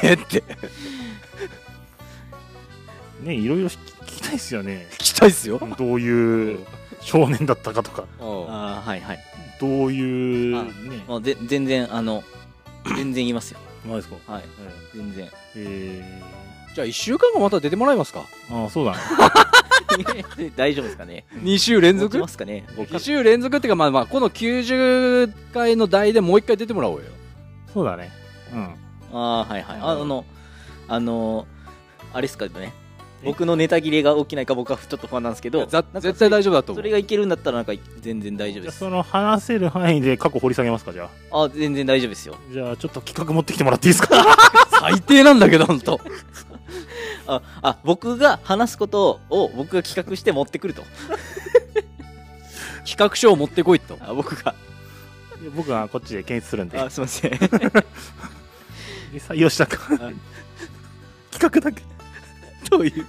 Speaker 1: えって
Speaker 2: ねいろいろ聞きたいですよね
Speaker 1: 聞 きたいっすよ
Speaker 2: どういう少年だったかとか
Speaker 1: うん
Speaker 3: ああはいはい
Speaker 2: どういう
Speaker 3: あ
Speaker 2: ね
Speaker 3: もうぜ全然あの 全然言いますよ
Speaker 2: 何ですか
Speaker 3: はい全 然
Speaker 2: え
Speaker 1: じゃあ1週間後また出てもらいますか
Speaker 2: えああそうだね
Speaker 3: 大丈夫ですかね
Speaker 1: 2週連
Speaker 3: 持ち
Speaker 1: 続
Speaker 3: ますかね僕
Speaker 1: 2週連続っていうかまあまあこの90回の台でもう1回出てもらおうよ
Speaker 2: そうだねうん
Speaker 3: ああはいはいああのあのあれっすかね僕のネタ切れが起きないか僕はちょっと不安なんですけど
Speaker 1: ざ
Speaker 3: なんか
Speaker 1: 絶対大丈夫だと思
Speaker 3: そうれがいけるんだったらなんか全然大丈夫
Speaker 2: じゃあ
Speaker 3: です
Speaker 2: その話せる範囲で過去掘り下げますかじゃあ
Speaker 3: あ全然大丈夫ですよ
Speaker 2: じゃあちょっと企画持ってきてもらっていいですか
Speaker 1: 最低なんだけど本当
Speaker 3: ああ僕が話すことを僕が企画して持ってくると
Speaker 1: 企画書を持ってこいと
Speaker 3: あ僕が
Speaker 2: いや僕はこっちで検出するんで
Speaker 3: あすいません
Speaker 2: 採用したか企画だけ
Speaker 1: どういう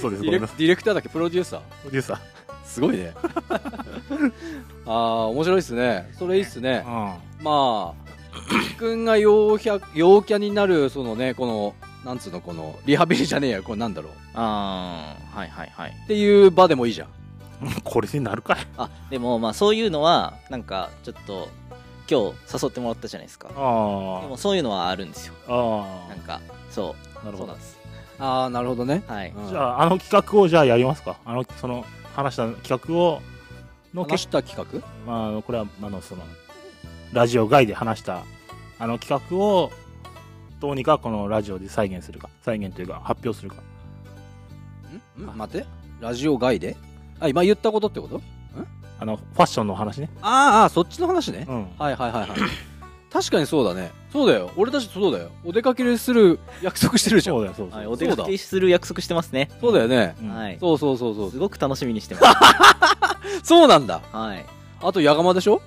Speaker 2: そうで
Speaker 1: デ
Speaker 2: す
Speaker 1: ィ
Speaker 2: ご
Speaker 1: レ
Speaker 2: め
Speaker 1: クデ
Speaker 2: んなさい
Speaker 1: ィレクターだっけプロデューサー
Speaker 2: プロデューサー
Speaker 1: すごい ねああ面白いですねそれいいっすね
Speaker 2: あ
Speaker 1: まあ、自分が陽キャ陽キャになる、そのね、この、なんつうの、この、リハビリじゃねえや、これなんだろう。
Speaker 3: あーはいはいはい
Speaker 1: っていう場でもいいじゃん。
Speaker 2: あこれになるかい
Speaker 3: あでもまあそういうのはなんかちょっと今日誘ってもらったじゃないですかで
Speaker 2: あ
Speaker 3: もそういうのはあるんですよ
Speaker 2: ああ
Speaker 3: なんかそ
Speaker 2: あな
Speaker 3: う
Speaker 2: るほ
Speaker 3: そうな
Speaker 2: ど
Speaker 3: んです
Speaker 1: ああ、なるほどね。
Speaker 3: はい
Speaker 1: うん
Speaker 2: じゃああの企画をじゃあやりますかあのその話した企画をの
Speaker 1: 話
Speaker 2: 結
Speaker 1: した企画
Speaker 2: まあこれはあのそのラジオ外で話したあの企画をどうにかこのラジオで再現するか再現というか発表するか
Speaker 1: んん待って。ラジオ外であ、今言ったことってこと
Speaker 2: あのファッションの話ね
Speaker 1: あーあー、そっちの話ね。
Speaker 2: うん
Speaker 1: はいはいはいはい。 確かにそうだね。そうだよ。俺たちそうだよ。お出かけする約束してるじゃん。
Speaker 2: そうだよそうそう、
Speaker 3: はいお出かけする約束してますね
Speaker 1: そうだよね。
Speaker 2: うん
Speaker 3: はい
Speaker 1: そうそうそうそう
Speaker 3: す。ごく楽しみにしてます
Speaker 1: そうなんだ。
Speaker 3: はい
Speaker 1: あと、ヤガマでしょ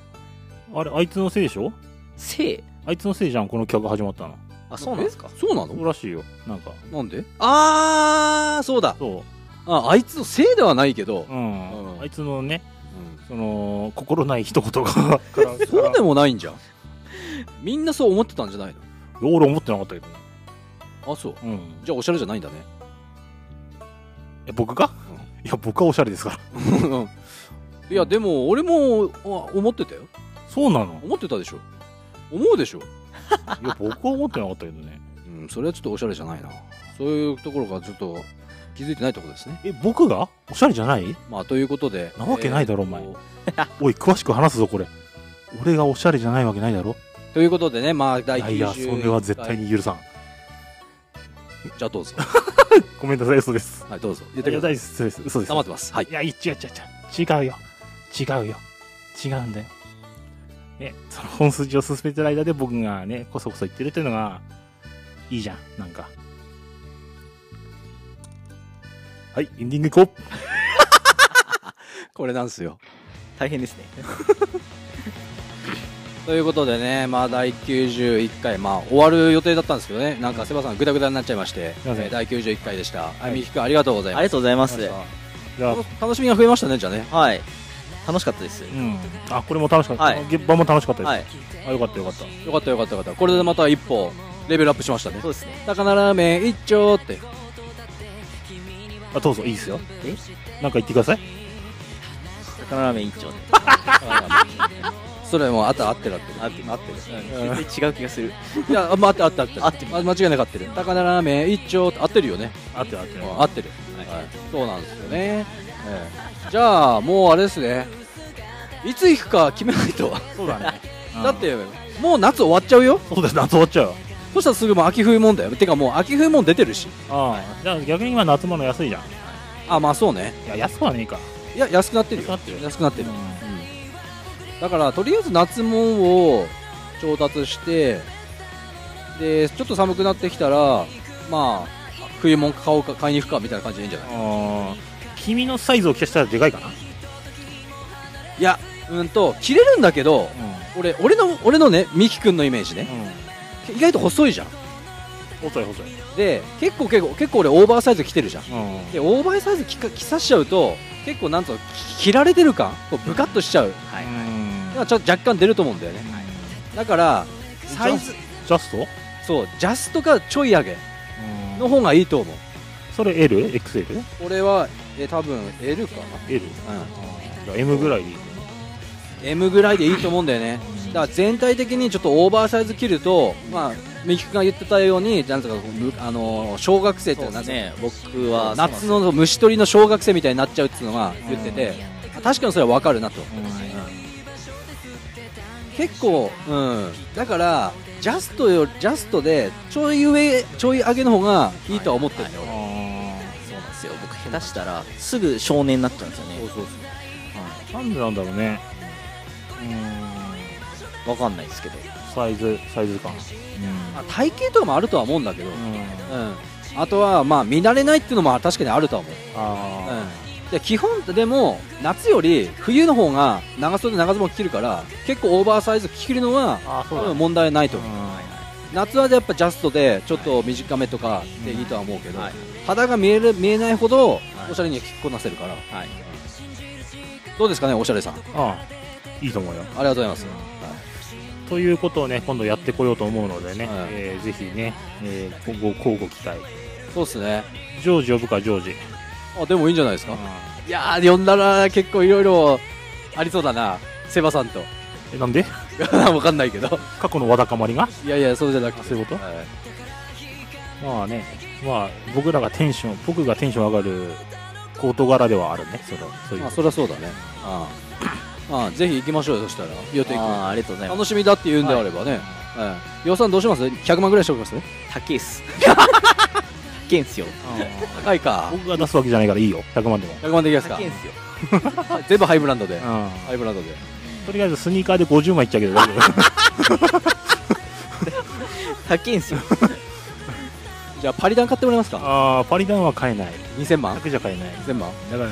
Speaker 2: あれあいつのせいでしょ
Speaker 3: せい
Speaker 2: あいつのせいじゃんこの企画始まったの
Speaker 3: あそうなんですか
Speaker 1: えそうな
Speaker 2: そ
Speaker 1: の
Speaker 2: うらしいよなんか
Speaker 1: なんでああ、そうだ。
Speaker 2: そ
Speaker 1: ああいつのせいではないけど
Speaker 2: う、うん、
Speaker 1: うん
Speaker 2: あいつのねその心ない一言がから
Speaker 1: そうでもないんじゃんみんなそう思ってたんじゃない
Speaker 2: 俺思ってなかったけどね
Speaker 1: のあそう
Speaker 2: うん
Speaker 1: じゃあおしゃれじゃないんだね
Speaker 2: え僕が、いや僕はおしゃれですから
Speaker 1: いやでも俺もあ思ってたよ
Speaker 2: そうなの
Speaker 1: 思ってたでしょ思うでしょ
Speaker 2: いや僕は思ってなかったけどね
Speaker 1: うんそれはちょっとおしゃれじゃないなそういうところがちょっと気づいてないところですね
Speaker 2: え僕がおしゃれじゃない
Speaker 1: まあということで
Speaker 2: なわけないだろお前
Speaker 1: と
Speaker 2: おい詳しく話すぞこれ俺がおしゃれじゃないわけないだろ
Speaker 1: ということでねまあ第
Speaker 2: いやいやそ
Speaker 1: 90
Speaker 2: れは絶対に許さん
Speaker 1: じゃあどうぞ
Speaker 2: ごめんなさい嘘です
Speaker 1: はい どうぞ言って
Speaker 2: い
Speaker 1: くだ
Speaker 2: や
Speaker 1: さい
Speaker 2: 大丈夫です嘘です
Speaker 1: 黙ってますはい
Speaker 2: いやいや違う違う違う違うよ違うよ違うんだよねその本筋を進めてる間で僕がねこそこそ言ってるっていうのがいいじゃんなんかはいエンディングいこう
Speaker 1: これなんすよ
Speaker 3: 大変ですね
Speaker 1: ということでね、まあ、第91回、まあ、終わる予定だったんですけどね、なんかセバさん、ぐだぐだになっちゃいまして、
Speaker 2: すいません
Speaker 1: えー第91回でした。あみひくん、ありがとうござい
Speaker 3: あ
Speaker 1: ま
Speaker 3: り
Speaker 1: す。
Speaker 3: がとうございま
Speaker 1: あ
Speaker 3: す
Speaker 2: じゃあ
Speaker 1: 楽しみが増えましたね、じゃあね。
Speaker 3: はい楽しかったです
Speaker 2: うんあこれも楽しかった、
Speaker 3: はい
Speaker 2: 現場も楽しかったです、
Speaker 3: はい
Speaker 2: あよかったよかった
Speaker 1: よかったよかったよかった。これでまた一歩、レベルアップしましたね
Speaker 3: そ。うですね
Speaker 1: 高菜ラーメン一丁って。
Speaker 2: あどうぞいいですよ
Speaker 3: え
Speaker 2: なんか言ってください
Speaker 3: 魚ラーメン一丁
Speaker 1: それも、あと合ってる合ってる。
Speaker 3: 合ってる合ってる
Speaker 1: うん
Speaker 3: 絶対違う気がする
Speaker 1: いや、あまあ、合ってる合ってる合
Speaker 3: 合
Speaker 1: っ
Speaker 3: ってて
Speaker 1: る。
Speaker 3: る
Speaker 1: あ間違いなく合ってる。高菜ラーメン一丁って合ってるよね。
Speaker 2: あってるあってる
Speaker 1: うん合ってる。はい。そうなんですよね。ええじゃあ、もうあれですね。いつ行くか決めないと。
Speaker 2: そうだね
Speaker 1: だってもう夏終わっちゃうよ
Speaker 2: そうだよ夏終わっちゃうよ
Speaker 1: そしたらすぐもう秋冬もんだよてかもう秋冬もん出てるし
Speaker 2: ああじゃあ逆に今夏物安いじゃん
Speaker 1: あまあそうね
Speaker 2: いや安くはねえか
Speaker 1: いや安くなってるよ
Speaker 2: 安くなってる
Speaker 1: 安くなってる、
Speaker 2: うん
Speaker 1: うんだからとりあえず夏もんを調達してでちょっと寒くなってきたらまあ冬もん買おうか買いに行くかみたいな感じでいいんじゃない
Speaker 2: あー君のサイズを着たしたらでかいかな、
Speaker 1: いやうんと切れるんだけど俺俺の俺のねミキ君のイメージね
Speaker 2: う
Speaker 1: 意外と細いじゃん
Speaker 2: ん、細い細い、
Speaker 1: で結構結構結構俺オーバーサイズ着てるじゃん
Speaker 2: うん
Speaker 1: でオーバーサイズ着か着さしちゃうと結構なんと着られてる感こうブカッとしちゃう
Speaker 3: は
Speaker 2: う
Speaker 3: い
Speaker 2: ん
Speaker 1: だからちょっと若干出ると思うんだよねだからサイズ
Speaker 2: ジャスト、
Speaker 1: そうジャストかちょい上げの方がいいと思う
Speaker 2: それ LXL?L?
Speaker 1: 俺はえ多分 L かな、うん、
Speaker 2: じゃあ M ぐらいでいい
Speaker 1: M ぐらいでいいと思うんだよねだから全体的にちょっとオーバーサイズ着るとまあミキ君が言ってたようになんとかこうむあのー小学生っていう
Speaker 3: そう
Speaker 1: のは
Speaker 3: です
Speaker 1: なんか
Speaker 3: ね僕は
Speaker 1: 夏の虫取りの小学生みたいになっちゃうっていうのが言ってて確かにそれは分かるなと結構、うん、だからジャストよジャストでちょい上ちょい上げの方がいいとは思ってるんだよ、
Speaker 2: あ
Speaker 3: ですよ僕下手したらすぐ少年になっちゃうんですよね
Speaker 1: そうそうそう
Speaker 2: なんでなんだろうねうー
Speaker 3: わかんないですけど
Speaker 2: んサイズサイズ感
Speaker 1: まあ、体型とかもあるとは思うんだけど、
Speaker 2: う、
Speaker 1: うん
Speaker 2: うん、
Speaker 1: ん、あとはまあ見慣れないっていうのも確かにあるとは思う、
Speaker 2: あ
Speaker 1: うん、で基本でも夏より冬の方が長袖長ズボン着るから結構オーバーサイズ着るのは
Speaker 2: ー、あーそうだ
Speaker 1: うん
Speaker 2: ね
Speaker 1: 問題ないと
Speaker 2: うん
Speaker 1: 思う、夏はやっぱジャストでちょっと短めとかでいいとは思うけど、
Speaker 3: はい
Speaker 1: 肌が見える見えないほど
Speaker 3: はい
Speaker 1: おしゃれに着こなせるから、
Speaker 3: はい
Speaker 1: どうですかねおしゃれさんあ
Speaker 2: あーいいと思うよ
Speaker 1: りがとうございます、
Speaker 2: ということをね今度やってこようと思うのでね、
Speaker 1: はい
Speaker 2: えーぜひね、えー、今後交互期待
Speaker 1: そうっすね
Speaker 2: ジョージ呼ぶかジョージ、
Speaker 1: あでもいいんじゃないです
Speaker 2: う
Speaker 1: か、
Speaker 2: ん
Speaker 1: いやー呼んだら結構いろいろありそうだなセバさんと
Speaker 2: えなんで
Speaker 1: わかんないけど
Speaker 2: 過去のわだかまりが
Speaker 1: いやいやそうじゃなくて
Speaker 2: そういうこと
Speaker 1: はい
Speaker 2: まあねまあ僕らがテンション僕がテンション上がるコート柄ではあるねそのそういう、
Speaker 1: まあそりゃそうだねああまあぜひ行きましょうよそしたら予定
Speaker 3: ああありがとうございます
Speaker 1: 楽しみだって言うんであればね、ええ予算どうします ?100 万ぐらいしておきます
Speaker 3: 高い っす高いんすよ
Speaker 2: うん
Speaker 1: 高いか
Speaker 2: 僕が出すわけじゃないからいいよ100万でも、
Speaker 1: 100万でいきますか
Speaker 3: 高いんすよ
Speaker 1: 全部ハイブランドで
Speaker 2: うん
Speaker 1: ハイブランドで
Speaker 2: とりあえずスニーカーで50枚いっ ちゃうけど大丈夫
Speaker 3: 高いんすよ
Speaker 1: じゃあパリダン買ってもらえますか
Speaker 2: ああパリダンは買えない
Speaker 1: 2000万
Speaker 2: 100じゃ買えない
Speaker 1: 1000万
Speaker 2: だから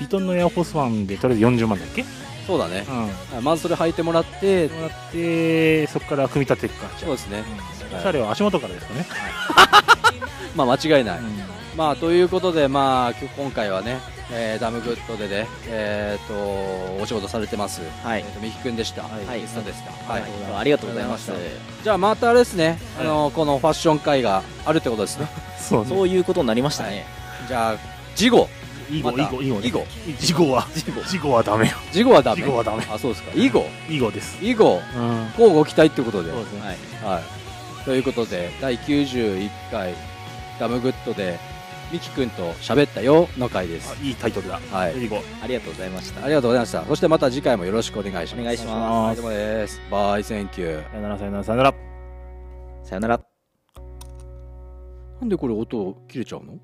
Speaker 2: ビトンのエアホースワンでとりあえず40万だっけ、うん、
Speaker 1: そうだね、
Speaker 2: も
Speaker 1: まずそれ履いてもらって
Speaker 2: らってそこから組み立てていくかじゃ
Speaker 1: そうですね
Speaker 2: あ、おしゃれは足元からですかね、
Speaker 1: まあ間違いない、まあということでまあ今今回はね、えーダムグッドでねえっ、とお仕事されてます、
Speaker 3: はい
Speaker 1: えーとみきくんでした
Speaker 3: はい
Speaker 1: ゲストでした
Speaker 3: はい
Speaker 1: はい
Speaker 3: ありがとうございます
Speaker 1: ありがとうございじゃあまたあれですね、あのこのファッション会があるってこと ですね。
Speaker 2: そうね
Speaker 3: そういうことになりましたね
Speaker 1: じゃあ、事後。
Speaker 2: 囲碁
Speaker 1: また
Speaker 2: 囲碁囲碁ね
Speaker 1: 囲碁
Speaker 2: 囲碁は囲碁はダメよ
Speaker 1: 事後はダメ。
Speaker 2: 事後はダメ
Speaker 1: あ、そうですか。以後。
Speaker 2: 囲碁です
Speaker 1: 以後。
Speaker 2: うん
Speaker 1: 交互期待ってことで。
Speaker 2: そうですね
Speaker 3: はい
Speaker 1: はい。ということで、第91回ダムグッドで、ミキ君と喋ったよの回です
Speaker 2: あ。いいタイトルだ
Speaker 1: はい。
Speaker 2: 囲碁
Speaker 3: ありがとうございました
Speaker 1: ありがとうございました。そしてまた次回もよろしくお願いします。
Speaker 3: お願いします
Speaker 1: はい、どうもです。バイ、センキュー。
Speaker 2: さよならさよならさよなら
Speaker 3: さよなら
Speaker 1: なんでこれ音切れちゃうの